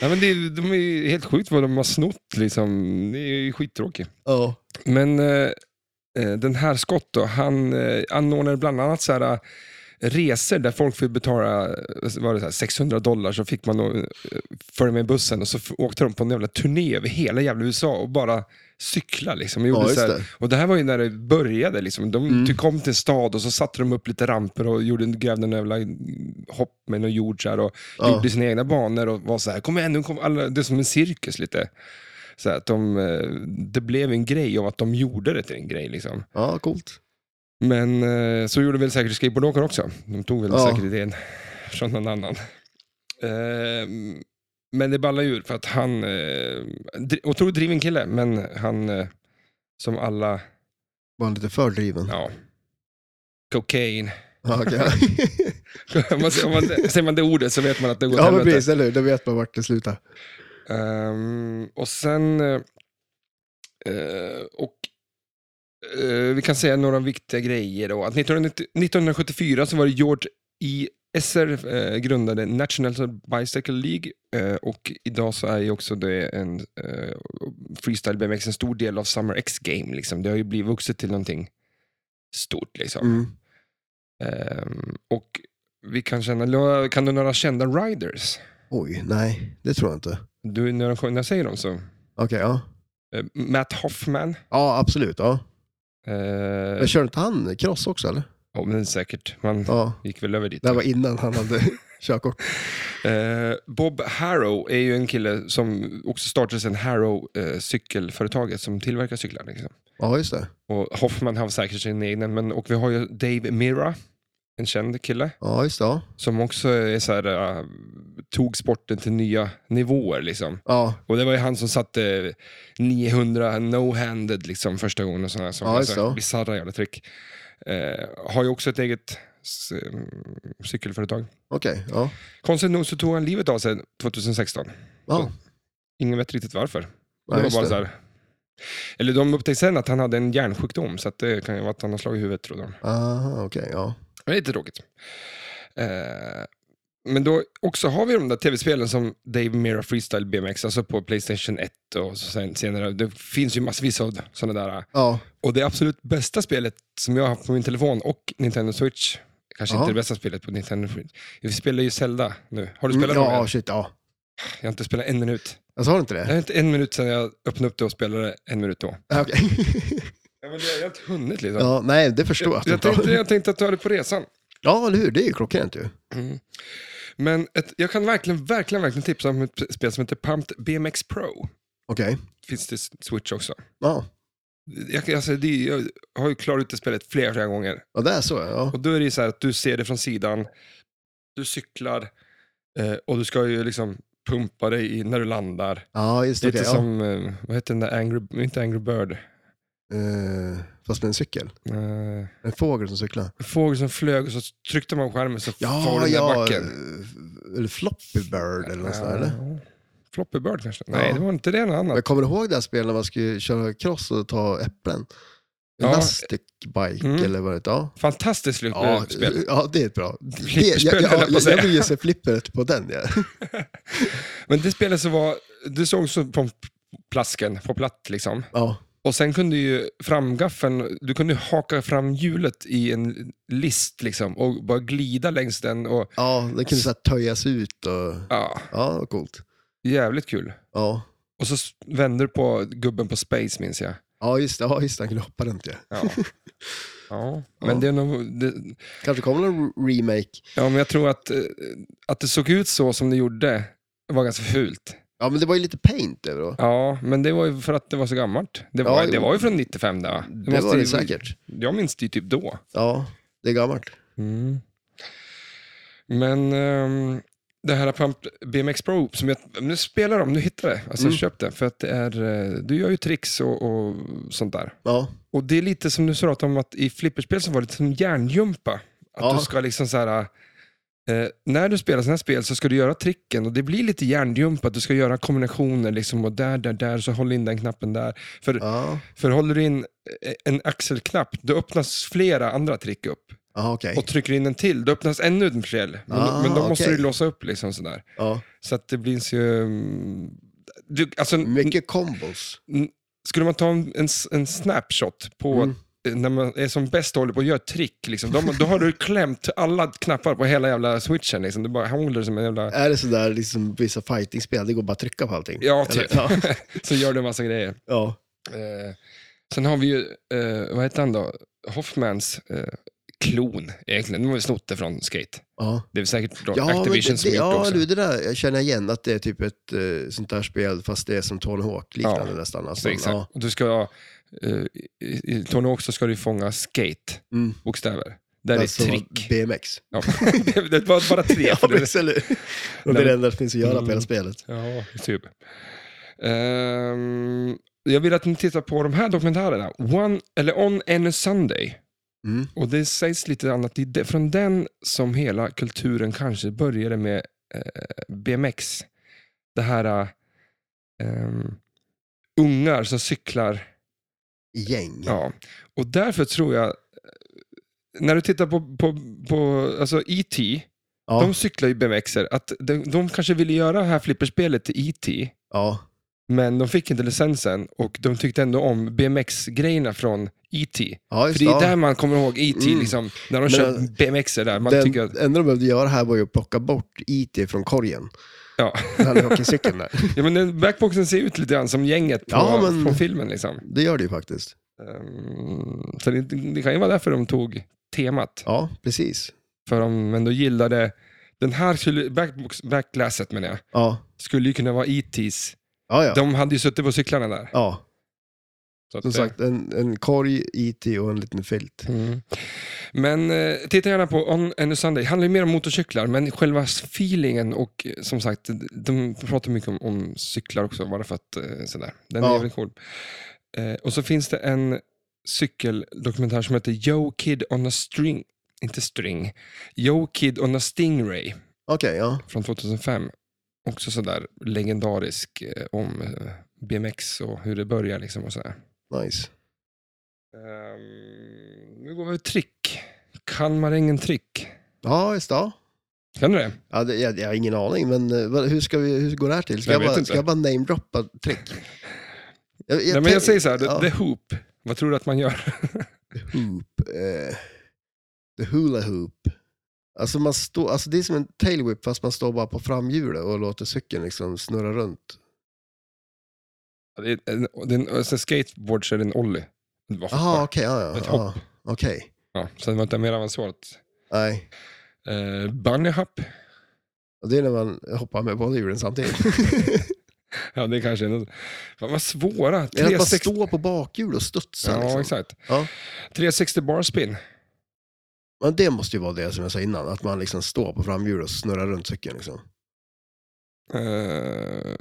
Ja, men det, är- de är ju helt sjukt vad de har snott. Liksom. Det är ju skittråkigt. Ja. Men eh, eh, den här Scott då, han eh, anordnade bland annat så här, eh, resor där folk fick betala eh, var det så här, 600 dollar så fick man då, eh, följa med bussen och så f- åkte de på en jävla turné över hela jävla USA och bara cykla liksom. Och, gjorde Ja, just så här, det. och det här var ju när det började. Liksom. De Mm. ty- kom till en stad och så satte de upp lite ramper och gjorde, en- grävde en jävla hopp med någon jord så här, och Ja. gjorde sina egna banor och var så här, kom igen nu, kom alla, det är som en cirkus lite. Så här, att de, eh, det blev en grej av att de gjorde det till en grej. Liksom. ja, coolt. Men eh, så gjorde väl säkert skateboardåkare också. De tog väl Ja. säkert idén från någon annan. Eh, men det ballar ur för att han, eh, dri- otroligt driven kille, men han eh, som alla, Var han lite för driven? ja, [laughs] cocaine. Ja, [laughs] okej. om, man, om man, säger man det ordet så vet man att det går åt ja men helvete. precis, eller hur? Då vet man vart det slutar. Ehm, och sen... eh, eh, och eh, Vi kan säga några viktiga grejer. Då. Att 1990, 1974 så var det George E. Esser eh, grundade National Bicycle League eh, och idag så är ju också det en eh, freestyle BMX en stor del av Summer X Game. Liksom. Det har ju blivit vuxet till någonting stort. Liksom. Mm. Ehm, och vi kan känna, kan du några kända riders? Oj, nej, det tror jag inte. Du, när, när jag säger dem så Okej, ja. Eh, Matt Hoffman. Ja, absolut. Ja. Eh, Men körde inte han cross också eller? ja, men säkert. Man Ja, gick väl över dit. det här var innan han hade [laughs] körkort. Eh, Bob Harrow är ju en kille som också startade sen Harrow eh, cykelföretaget som tillverkar cyklar. Liksom. Ja, just det. Och Hoffman har säkert sin egen. Men, och vi har ju Dave Mira, en känd kille, Ja, just det. Ja, som också är så här, eh, tog sporten till nya nivåer. Liksom. ja, Och det var ju han som satte 900 no-handed liksom, första gången och sådana saker. Ja, just det. Alltså, Bisarra jävla trick. Eh, har ju också ett eget c- cykelföretag. okej. ja. Konstigt nog så tog han livet av sig 2016. Ja, Ingen vet riktigt varför. Det ja, var just bara så det. här. Eller de upptäckte sen att han hade en hjärnsjukdom, så att det kan ju vara att han har slagit huvudet tror de. Aha, okej. ja. Det är lite tråkigt. Eh, men då också har vi de där tv-spelen som Dave Mira Freestyle BMX, alltså på Playstation 1 och så sen, senare. Det finns ju massvis av sådana där. Ja, Och det absolut bästa spelet som jag har haft på min telefon och Nintendo Switch, kanske Ja. inte det bästa spelet på Nintendo Switch. Vi spelar ju Zelda nu. Har du Mm, spelat någon? ja shit, ja. Jag har inte spelat en minut. Jag sa inte Det det? är inte en minut sedan jag öppnade upp det och spelade en minut då. Ja, okej. [laughs] Ja, men det- Jag har inte hunnit liksom. ja, nej, det förstår jag. att du Jag inte har. tänkte, jag tänkte att du hade på resan. Ja, eller hur? Det är ju klockrent ju. Mm. Men ett, jag kan verkligen, verkligen, verkligen tipsa om ett spel som heter Pumped BMX Pro. Okej. Finns det Switch också. Ja. Jag, kan- alltså, det, jag har ju klarat ut det spelet flera, flera gånger. ja, det är så. Ja. Och då är det ju så här att du ser det från sidan, du cyklar eh, och du ska ju liksom pumpa dig i, när du landar. ja, just Det det. okej, är lite ja. som, eh, vad heter den där Angry, inte Angry Bird, Eh, fast med en cykel. eh, En fågel som cyklar. en fågel som flög och så tryckte man på skärmen så far Ja, den där ja. backen. eh, Eller Floppy Bird eller något sånt där, eller? Ja. Floppy Bird kanske? Nej, Ja. det var inte det, något annat. Jag kommer du ihåg det här spelet när man skulle köra cross och ta äpplen? Ja. Elastic bike Mm. eller vad det Ja. Fantastiskt lyck- Ja, spel. ja, det är ett bra. Det, jag, Flipperspel, jag, höll jag på jag, att jag, säga. vill ge sig flippret på den. [laughs] Ja. Men det spelet så var, det såg så på plasken, på platt liksom. Ja. Och sen kunde ju framgaffeln, du kunde haka fram hjulet i en list liksom och bara glida längs den och ja, den kunde så här töjas ut och... ja, Ja, coolt. jävligt kul. Ja, Och så s- vände du på gubben på space minns jag. ja just det. Ja, just det. Han kunde hoppa runt ja. Ja. Ja, men Ja. det är nog, det, Kanske kommer någon re- remake. Ja, men jag tror att, eh, att det såg ut så som det gjorde var ganska fult. Ja, men det var ju lite paint över då. Ja, men det var ju för att det var så gammalt. Det var, Ja, det var ju från 95 där. va? Det måste var det ju- säkert. Jag minns det ju typ då. Ja, det är gammalt. Mm. Men ehm, det här Pump BMX Pro, som jag, nu spelar de, nu hittar jag det. Alltså Mm. köp det, för att det är, eh, du gör ju tricks och, och sånt där. Ja, Och det är lite som du sa om att i flipperspel så var det som järngympa. Att Ja. du ska liksom så här, Eh, när du spelar sådana här spel så ska du göra tricken och det blir lite hjärndjumpat. Du ska göra kombinationer liksom och där, där, där, så håll in den knappen där. För, Ja, för håller du in eh, en axelknapp, då öppnas flera andra trick upp. ja okej. Och trycker in en till, då öppnas ännu en fler. Men, Ah, men då måste okej. du låsa upp liksom sådär. Ja. Så att det blir ju... mm, Du, alltså, Mycket combos. skulle man ta en, en, en snapshot på Mm. eh, när man är som bäst och håller på att göra ett trick, liksom, då, då har du klämt alla knappar på hela jävla switchen. Liksom. Du bara håller som en jävla... Är det sådär liksom vissa fighting-spel, det går bara att trycka på allting? Ja, typ. Eller? [laughs] Ja. [laughs] Så gör du en massa grejer. ja. Eh, sen har vi ju, eh, vad heter han då? Hoffmans eh, klon, egentligen. De har ju snott det från Skate. ja. Det är säkert då Ja, men Activision det, som det, gjort det ja också. du, det där jag känner jag igen, att det är typ ett eh, sånt där spel fast det är som Tony Hawk-liknande Ja, nästan. Alltså, Så, exakt. ja. Och Du ska, eh, i- i, i Tony också ska du fånga Skate, Mm. bokstäver. Där Alltså, är trick. [laughs] BMX. Ja. det det var bara [laughs] tre. Ja, för det- Mm. precis, eller [laughs] hur? Och Det är det enda som finns att göra på hela spelet. Ja, typ. Ehm, jag vill att ni tittar på de här dokumentärerna. One, eller On Any Sunday. Mm. Och det sägs lite annat. Det är de- från den som hela kulturen kanske började med eh, BMX. Det här eh, ehm, ungar som cyklar. I Gäng. Ja. Och därför tror jag, eh, när du tittar på, på, på alltså E.T. Ja. De cyklar ju BMXer. Att de, de kanske ville göra det här flipperspelet till E.T. Ja. Men de fick inte licensen och de tyckte ändå om BMX-grejerna från E.T. ja, För just det det. är Ja. där man kommer ihåg E.T. Mm. Liksom, när de Men, kör äh, BMX där. Man Den tycker att, enda de behövde göra här var ju att plocka bort IT från korgen. ja. Den här hockeycykeln [laughs] där. ja, men den backboxen ser ut lite grann som gänget på, Ja, men- från filmen. Liksom. Det gör det ju faktiskt. Ehm, så det, det kan ju vara därför de tog temat. Ja, precis. För de ändå gillade, den här skulle- backbox, backlasset menar jag, Ja, skulle ju kunna vara E.T.s. ja. ja. De hade ju suttit på cyklarna där. ja. Så att, Som eh, sagt, en, en korg, IT och en liten filt. Mm. Men eh, titta gärna på On and Sunday. Det handlar ju mer om motorcyklar, men själva feelingen och eh, som sagt, de pratar mycket om, om cyklar också, bara för att eh, sådär. Den är Ja. jävligt cool. Eh, och så finns det en cykeldokumentär som heter Yo Kid on a String, inte string, Yo Kid on a Stingray Okej, ja. från 2005. Också sådär legendarisk eh, om eh, BMX och hur det börjar liksom och sådär. Nice. Ehm, nu går vi till trick. Kan man ingen trick? Ja, just det. Ja. Kan du det? Ja, det, jag, jag har ingen aning, men eh, vad- hur, ska vi, hur går det här till? Ska Jag jag, vet bara, inte. ska jag bara namedroppa trick? Jag, Nej, men jag säger så här, ja. the, the hoop. Vad tror du att man gör? hoop. Eh, the hula hoop. Alltså, man står, alltså det är som en tailwhip fast man står bara på framhjulet och låter cykeln liksom snurra runt. Det är en, det är en, alltså skateboard så är det en ollie. Det var Jaha, hoppar. okej. ja, ja, Ett ja, hopp. okej. Ja, så det var inte mer avancerat. Nej. Uh, bunny hop. Och det är när man hoppar med båda hjulen [laughs] samtidigt. Ja, det kanske är något. Fan, vad svåra. Eller att man 360 står på bakhjul och studsar. Ja, liksom. exakt. Ja. 360 bar spin. Men det måste ju vara det som jag sa innan, att man liksom står på framhjul och snurrar runt cykeln. Liksom. Eh,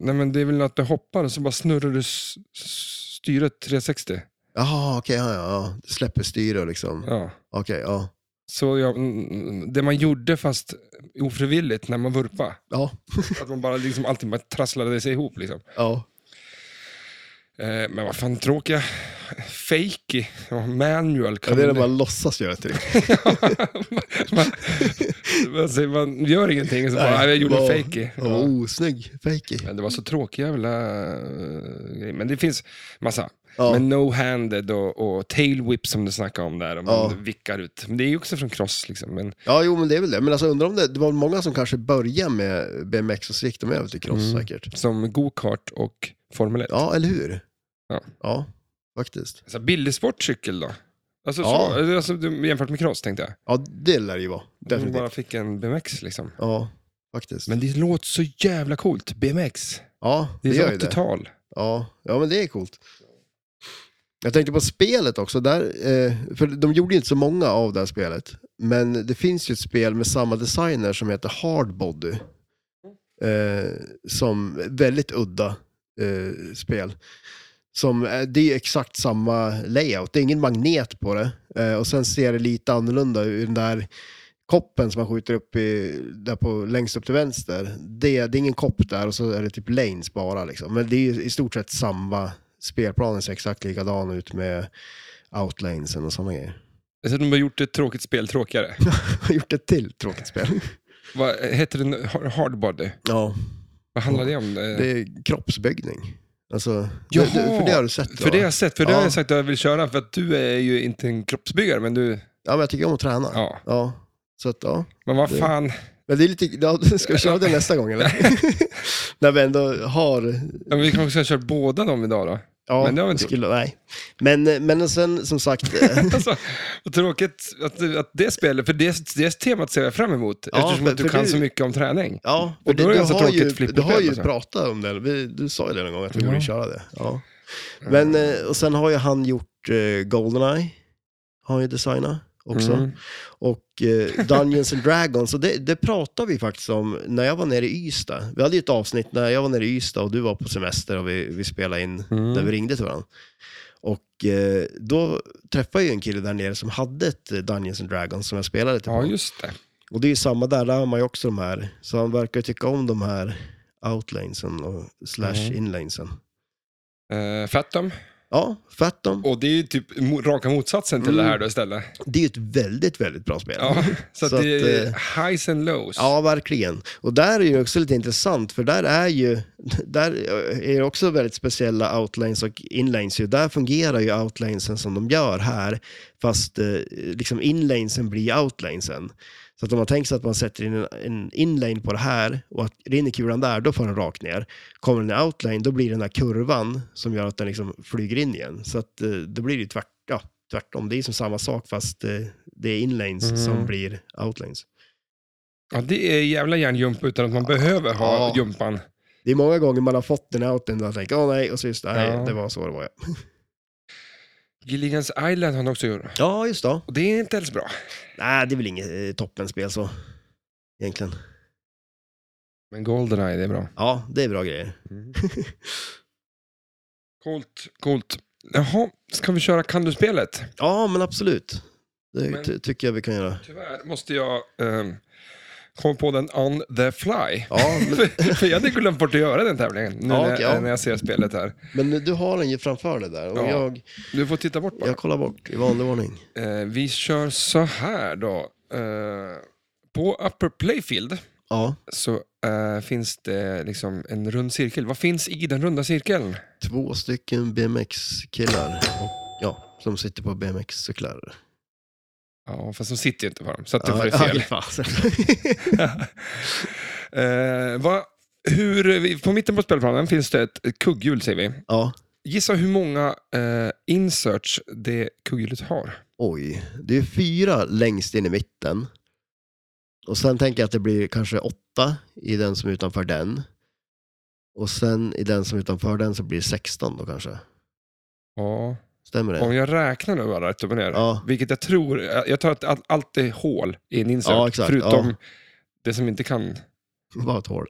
nej, men det är väl att du hoppar och så bara snurrar du s- s- styret 360. Jaha, okej, ja, ja, ja. Släpper styret liksom. Ja. Okej, ja. Så jag, mm, det man gjorde fast ofrivilligt när man vurpa. Ja, Att man bara liksom allting bara trasslade sig ihop. Liksom. ja. Eh, men vad fan tråkiga. Fakey. Ja, manual. ja det är när man, man låtsas göra ett trick. [laughs] man, man, säger- man gör ingenting och så [laughs] bara, Nej, "Nej, jag gjorde bara- fakey. Ja. Ja. Oh, snygg. Fakey. Men det var så tråkiga jävla eh, grejer. Men det finns massa. Ja. Men no-handed och, och tail whip som du snackade om där. Och man Ja. vickar ut. Men det är ju också från cross liksom. Men, ja, jo men det är väl det. Men alltså undrar om det, det var många som kanske började med BMX och så gick de över till cross Mm. säkert. som go-kart och Formel 1. Ja, eller hur? Ja. Ja, faktiskt. Så här, billig sportcykel då? Alltså, Ja. så, alltså, du- jämfört med cross tänkte jag. Ja, det lär det ju vara. Definitivt. bara Definitivt. fick en BMX liksom. Ja, faktiskt. Men det låter så jävla coolt, BMX. ja, Det det är gör så ju det. 80-tal. Ja, ja men det är coolt. Jag tänkte på spelet också, där, eh, för de gjorde ju inte så många av det här spelet. Men det finns ju ett spel med samma designer som heter Hardbody. Eh, som väldigt udda eh, spel. Som, eh, det är ju exakt samma layout, det är ingen magnet på det. Eh, och sen ser det lite annorlunda ut, den där koppen som man skjuter upp i, där på, längst upp till vänster, det, det är ingen kopp där och så är det typ lanes bara. Liksom. Men det är ju i stort sett samma. Spelplanen ser exakt likadan ut med outlanesen och sådana grejer. [laughs] Alltså, de har gjort ett tråkigt spel tråkigare. Har gjort ett till tråkigt spel. Vad heter den? Hardbody? Ja, Vad handlar det om? Eh, det är kroppsbyggning. Alltså, Jaha! det, det, för det har du sett? För det har va? jag sett, för det har Ja. jag sagt att jag vill köra, för att du är ju inte en kroppsbyggare, men du... Ja, men jag tycker om att träna. Ja. Ja. Så att, ja. Men vad Det- fan, Men det är lite, ja, [laughs] ska vi köra det nästa gång [laughs] eller? [laughs] När vi ändå har... ja, men vi kanske ska köra båda dem idag då? [laughs] Ja, Men det har vi inte skulle, nej. Men, men sen som sagt, [laughs] eh, Alltså, vad tråkigt att, att det spelet, för det, det temat ser jag fram emot, Ja, eftersom att för- du för kan du- så mycket om träning. ja, Och då är det du, ganska har ju, tråkigt flipperspel, du har ju alltså. pratat om det. Vi, du sa ju det någon gång att vi Ja. borde köra det. Ja. Men, eh, och sen har ju han gjort eh, Goldeneye, har han ju designat också. Mm. Och eh, Dungeons and Dragons, och det, det pratade vi faktiskt om när jag var nere i Ystad. Vi hade ju ett avsnitt när jag var nere i Ystad och du var på semester och vi, vi spelade in Mm. där vi ringde till varandra. Och eh, då träffade jag ju en kille där nere som hade ett eh, Dungeons and Dragons som jag spelade till. Ja, på. just det. Och det är ju samma där, där har man ju också de här. Så han verkar ju tycka om de här outlanesen och slash Mm. inlanesen. Uh, Fathom. Ja, Fathom. Och det är ju typ mo- raka motsatsen till Mm. det här då istället. Det är ju ett väldigt, väldigt bra spel. Ja, så, Så att det är att, eh, highs and lows. Ja, verkligen. Och där är det också lite intressant, för där är ju där är det också väldigt speciella outlanes och inlanes. ju. Där fungerar ju outlanesen som de gör här, fast eh, liksom inlanesen blir outlanesen. Så att om man tänker sig att man sätter in en, en inlane på det här och att rinner kulan där, då får den rakt ner. Kommer den i outlane, då blir det den här kurvan som gör att den liksom flyger in igen. Så att eh, då blir det ju tvärt, ja, tvärtom. Det är som samma sak, fast eh, det är inlanes Mm. som blir outlanes. Ja, det är jävla järnjump utan att man behöver ha Ja. jumpan. Det är många gånger man har fått den outen och tänker åh nej, och så just det, nej, Ja. det var så det var. Ja, Gilligan's Island har han också gjort. ja just det. Och det är inte alls bra. Nej, det är väl inget eh, toppenspel så, egentligen. Men Goldeneye, det är bra. Ja, det är bra grejer. Coolt, coolt. Jaha, ska vi köra Kan du-spelet? Ja, men absolut. Det Men- ty- tycker jag vi kan göra. Tyvärr måste jag ehm, komma på den on the fly. [laughs] Ja, men, För jag hade glömt bort att göra den tävlingen, nu Ja, när, okej, ja. när jag ser spelet här. men [laughs] du har den ju framför dig där och Ja. jag, Du får titta bort bara. jag kollar bort i vanlig ordning. Eh, vi kör så här då. Eh, på Upper Playfield Ja, så eh, finns det liksom en rund cirkel. Vad finns i den runda cirkeln? två stycken BMX-killar och ja, som sitter på BMX-cyklar. Ja, fast de sitter ju inte på dem, så att du Ja, får det ja, fel. fasen. eh, vad- hur, på mitten på spelplanen finns det ett ett kugghjul, säger vi. [laughs] ja, Gissa hur många eh, inserts det kugghjulet har. Oj, det är fyra längst in i mitten. Och sen tänker jag att det blir kanske åtta i den som är utanför den. Och sen i den som är utanför den så blir det 16 då kanske. Ja. Stämmer det? Om jag räknar nu bara rätt upp och ner, Ja. vilket jag tror, jag tror att all- allt är hål i en insert, Ja, exakt, förutom ja. det som inte kan Bara ett hål.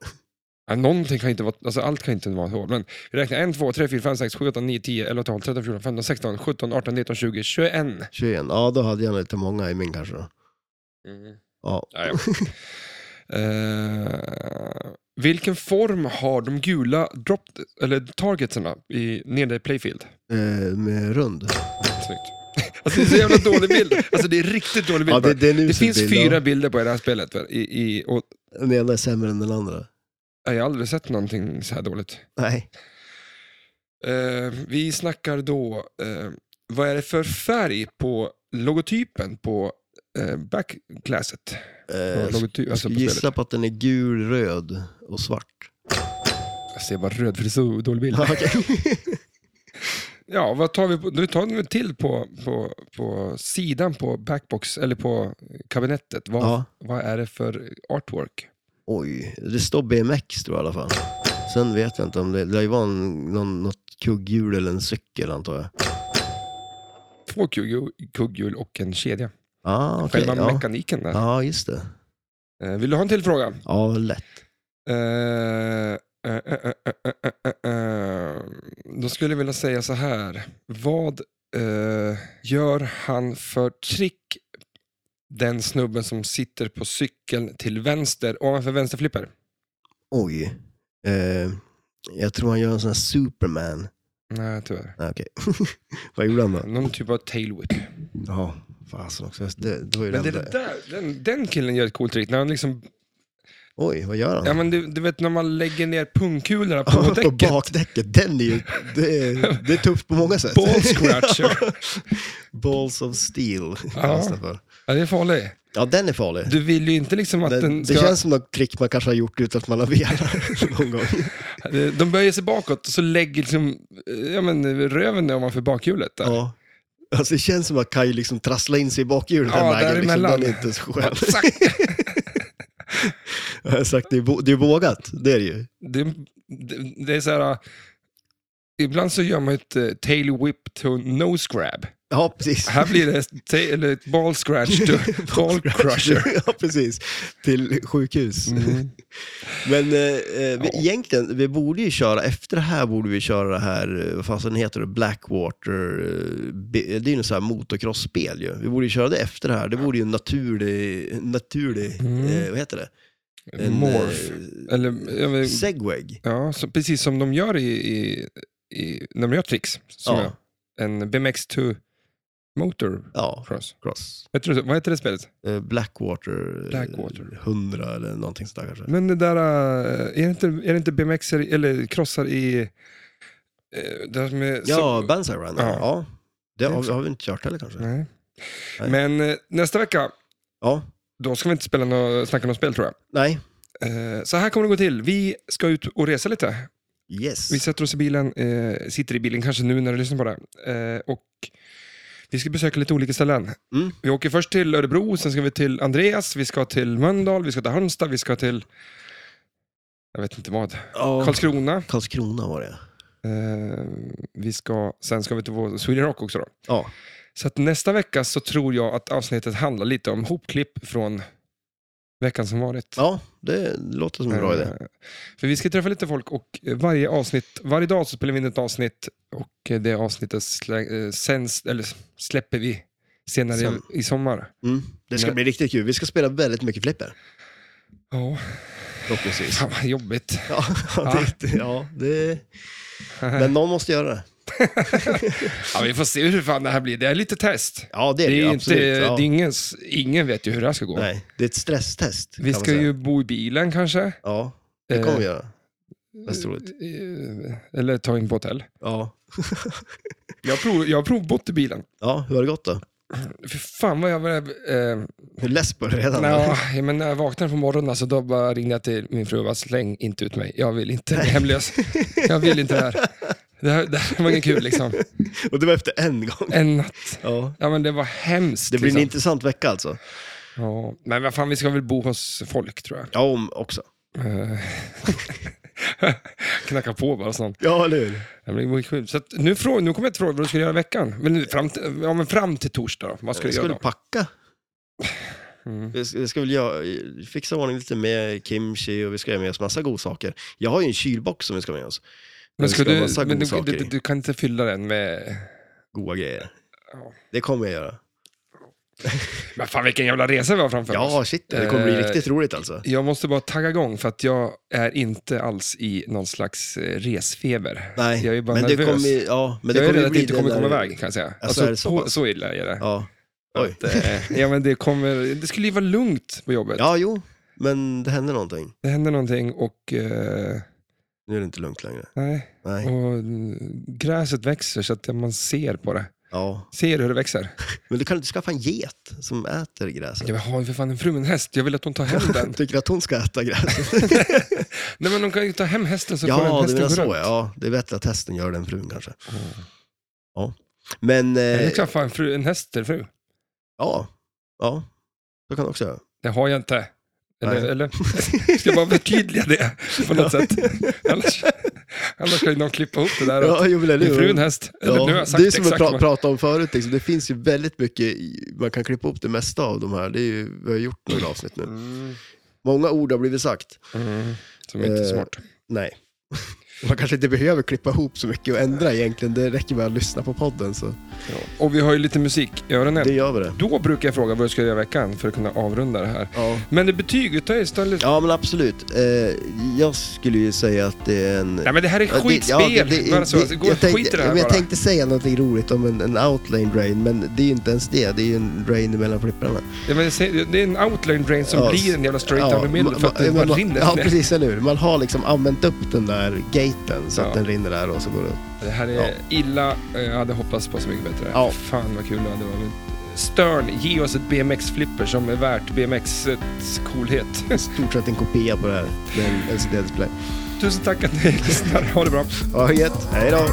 Ja, någonting kan inte vara, alltså allt kan inte vara ett hål, men vi räknar 1, 2, 3, 4, 5, 6, 7, 8, 9, 10, 11, 12, 13, 14, 15, 16, 17, 18, 19, 20, 21. 21. Ja, då hade jag lite många i min kanske. då. Mm. Ja. Ja, ja. Eh, vilken form har de gula drop, eller targetserna i, nere i playfield? Eh, med rund. Snyggt. Alltså det är så jävla dålig bild. [laughs] Alltså det är riktigt dålig bild. Ja, bara. det, det, är en det usel finns bild, fyra ja. bilder på i det här spelet. va? I, i, och Den ena är sämre än den andra. jag har aldrig sett någonting så här dåligt. Nej. Eh, vi snackar då, eh, vad är det för färg på logotypen på eh, backclasset? Eh, Logotyp, alltså på gissa spelet. på att den är gul, röd och svart. Jag ser bara röd för det är så dålig bild. Ja, okej. Ja, vad tar vi på, nu tar vi till på, på, på sidan på backbox, eller på kabinettet. [laughs] Vad, ja. vad är det för artwork? Oj, det står BMX tror jag i alla fall. Sen vet jag inte om det, det lär ju vara en- någon, något kugghjul eller en cykel antar jag. Två kugghjul- kugghjul och en kedja. Ah, okej. Själva ja. mekaniken där. ja, just det. Eh, Vill du ha en till fråga? Ja, lätt. Eh, eh, eh, eh, eh, eh, eh. Då skulle jag vilja säga så här. Vad eh, gör han för trick den snubben som sitter på cykeln till vänster, ovanför vänsterflipper. Oj. Eh, jag tror han gör en sån här Superman. Nej, tyvärr. Nej, okej. [laughs] Vad gjorde han då? Någon typ av tail whip. Ja, fasen också. Det, det var ju Men det den är det där. där, den, den killen gör ett coolt trick. När han liksom, Oj, vad gör han? ja, men du, du vet när man lägger ner pungkulorna på [laughs] på däcket. bakdäcket, den är ju, det, är, det är tufft på många sätt. Ball scratcher. [laughs] Balls of steel kallas den för. ja, det är farligt. Ja, den är farlig. Du vill ju inte liksom att Det, den ska... det känns som något trick man kanske har gjort utan att man har velat [laughs] någon gång. De böjer sig bakåt och så lägger liksom, eh, ja, men, röven ovanför bakhjulet. Där. Ja. Alltså det känns som att Kaj liksom trasslar in sig i bakhjulet Ja, den vägen. Liksom, däremellan. den är inte [laughs] så skön. Exakt. Jag har sagt, det är, vå- det är vågat, det är det ju. det, det, det är så här... eh, Ibland så gör man ett eh, tail whip to nose grab. Ja, [laughs] precis. Här blir det ta, eller ett ball scratch [laughs] to ball crusher. Ja, precis. Till sjukhus. Mm. [laughs] Men eh, eh, vi, egentligen, vi borde ju köra, efter det här borde vi köra det här, eh, vad fasen heter det, Blackwater, eh, be- det är ju något så här motocrossspel ju. Vi borde ju köra det efter det här, det vore ju en naturlig, naturlig Mm. eh, vad heter det? En, Morph. eh, Eller, jag vet- Segway. ja, så, precis som de gör i, i, i när de gör tricks. Som Ja, jag, en BMX2 motor ja, cross. cross. Vet du, vad heter det spelet? Eh, Blackwater, eh, Blackwater. 100 eller någonting sånt där kanske. Men det där, eh, är det inte, är det inte BMX eller krossar i... eh, Det här med, Ja, som- Banzai Runner. Ja. Ja. Det har, vi- har vi inte kört heller kanske. nej. Nej. Men eh, nästa vecka, Ja, då ska vi inte spela nå, snacka något spel tror jag. nej. Eh, Så här kommer det gå till. Vi ska ut och resa lite. Yes. Vi sätter oss i bilen, eh, sitter i bilen kanske nu när du lyssnar på det. Eh, och vi ska besöka lite olika ställen. Mm. Vi åker först till Örebro, sen ska vi till Andreas, vi ska till Mölndal, vi ska till Halmstad, vi ska till... Jag vet inte vad. Ja, Karlskrona. Karlskrona var det. Eh, vi ska, sen ska vi till vår Sweden Rock också. Då. Ja. Så att nästa vecka så tror jag att avsnittet handlar lite om hopklipp från veckan som varit. Ja, det låter som en bra idé. Eh, För vi ska träffa lite folk och eh, varje avsnitt, varje dag så spelar vi in ett avsnitt och eh, det avsnittet slä, eh, sänds, eller släpper vi senare Sen. i sommar. Mm. Det ska Nej. bli riktigt kul. Vi ska spela väldigt mycket flipper, Ja, förhoppningsvis. fan vad jobbigt. [laughs] Ja, det, ja, det, [laughs] men någon måste göra det. Ja, vi får se hur fan det här blir. Det är lite test. Ja, det Det är det, är, ju, ju inte, absolut. ja. det är ingen, ingen vet ju hur det här ska gå. Nej, det är ett stresstest. kan Vi man ska säga. ju bo i bilen kanske. Ja, det kommer Eh, vi göra. Mest roligt. eh, Eller ta in på hotell. Ja. Jag har prov, jag har provbott i bilen. ja, hur har det gått då? För fan vad jag var... Eh, Hur less på det redan? nja, ja, men när jag vaknade på morgonen alltså, då bara ringde jag till min fru och bara släng inte ut mig. Jag vill inte bli hemlös. Jag vill inte det här. Det här, det här var inget kul liksom. [laughs] Och det var efter en [laughs] gång. En natt. Ja. Ja men det var hemskt. Det blir en liksom. intressant vecka alltså. ja, men vad fan, vi ska väl bo hos folk tror jag. Ja, om också. Eh, [laughs] Knacka på bara sånt. Ja, eller hur? Ja, men det var ju kul. Så att nu, frå- nu kommer jag inte fråga vad du skulle göra i veckan. Men, nu, fram, till, ja, men fram till torsdag då. Vad ska Vi du göra skulle då? packa. Mm. Vi ska, vi ska väl göra, fixa ordning lite med kimchi och vi ska göra med oss massa godsaker. Jag har ju en kylbox som vi ska ha med oss. Men, ska Det ska du, massa men du, godsaker du, i. du kan inte fylla den med... Goda grejer. Ja. Det kommer jag göra. Men fan vilken jävla resa vi har framför oss. Ja, shit. Det kommer bli Eh, riktigt roligt alltså. Jag måste bara tagga igång för att jag är inte alls i någon slags eh, resfeber. Nej, jag är bara men det nervös. kommer ju- ja, men det jag är kommer rädd ju att bli det inte det kommer där- komma iväg kan jag säga. Alltså, är det så, så på, pass? så illa är det. Ja. Oj. Att, eh, ja, men det, kommer, det skulle ju vara lugnt på jobbet. Ja, jo. Men det händer någonting. Det händer någonting och... Eh, Nu är det inte lugnt längre. nej. Nej. Och mm, gräset växer så att eh, man ser på det. Ja. Ser hur det växer. Men du kan inte skaffa en get som äter gräset. Jag har ju för fan en frumen häst. Jag vill att hon tar hem [laughs] den. Tycker du att hon ska äta gräset? Nej men de kan ju ta hem hästen så får den ja, du hästen menar gå så. runt. Mm. Ja, det är bättre att hästen gör det än frun kanske. Ja. Men, eh, Eller typ skaffa en, fru, en häst till fru. ja. Ja. Så kan du också göra. Det har jag inte. Eller, Nej. eller [laughs] ska jag bara förtydliga det på något sätt? Annars, annars kan ju någon klippa ihop det där. och Ja, jo, men eller Din hur? fru är en häst. Eller, Ja, nu har jag sagt det är som vi exakt pra- vad- pratade om förut, liksom. det finns ju väldigt mycket, i- man kan klippa upp det mesta av de här. Det är ju, vi har gjort några avsnitt nu. Mm. Många ord har blivit sagt. Mm. Som inte är Eh. smart. Nej. [laughs] Man kanske inte behöver klippa ihop så mycket och ändra egentligen. Det räcker med att lyssna på podden. Så. Ja. Och vi har ju lite musik i öronen. Det gör vi det. Då brukar jag fråga vad du ska göra i veckan för att kunna avrunda det här. Ja. Men det betyg vi tar istället... Ja men absolut. Eh, jag skulle ju säga att det är en... Nej men det här är Ja, det- skitspel! ja, det- det- bara så. det- Det, går, jag tänkte- skit i det ja, här men Jag bara. tänkte säga någonting roligt om en, en outlane drain, men det är ju inte ens det. Det är ju en drain mellan flipprarna. Ja, men jag säger- det är en outline drain som Ja, blir en jävla straight down the middle för att ma- den ma- bara rinner. Ja, precis, eller hur? Man har liksom använt upp den där gaten så att Ja. den rinner där och så går det upp. Det här är Ja. illa. eh, Jag hade hoppats på så mycket bättre. Ja. Fan vad kul det hade varit. Stern, ge oss ett BMX-flipper som är värt BMX-ets [laughs] coolhet. I stort sett en kopia på det här med en LCD-display. Tusen tack att ni [laughs] lyssnar. Ha det bra. Ja, gött. Hej då!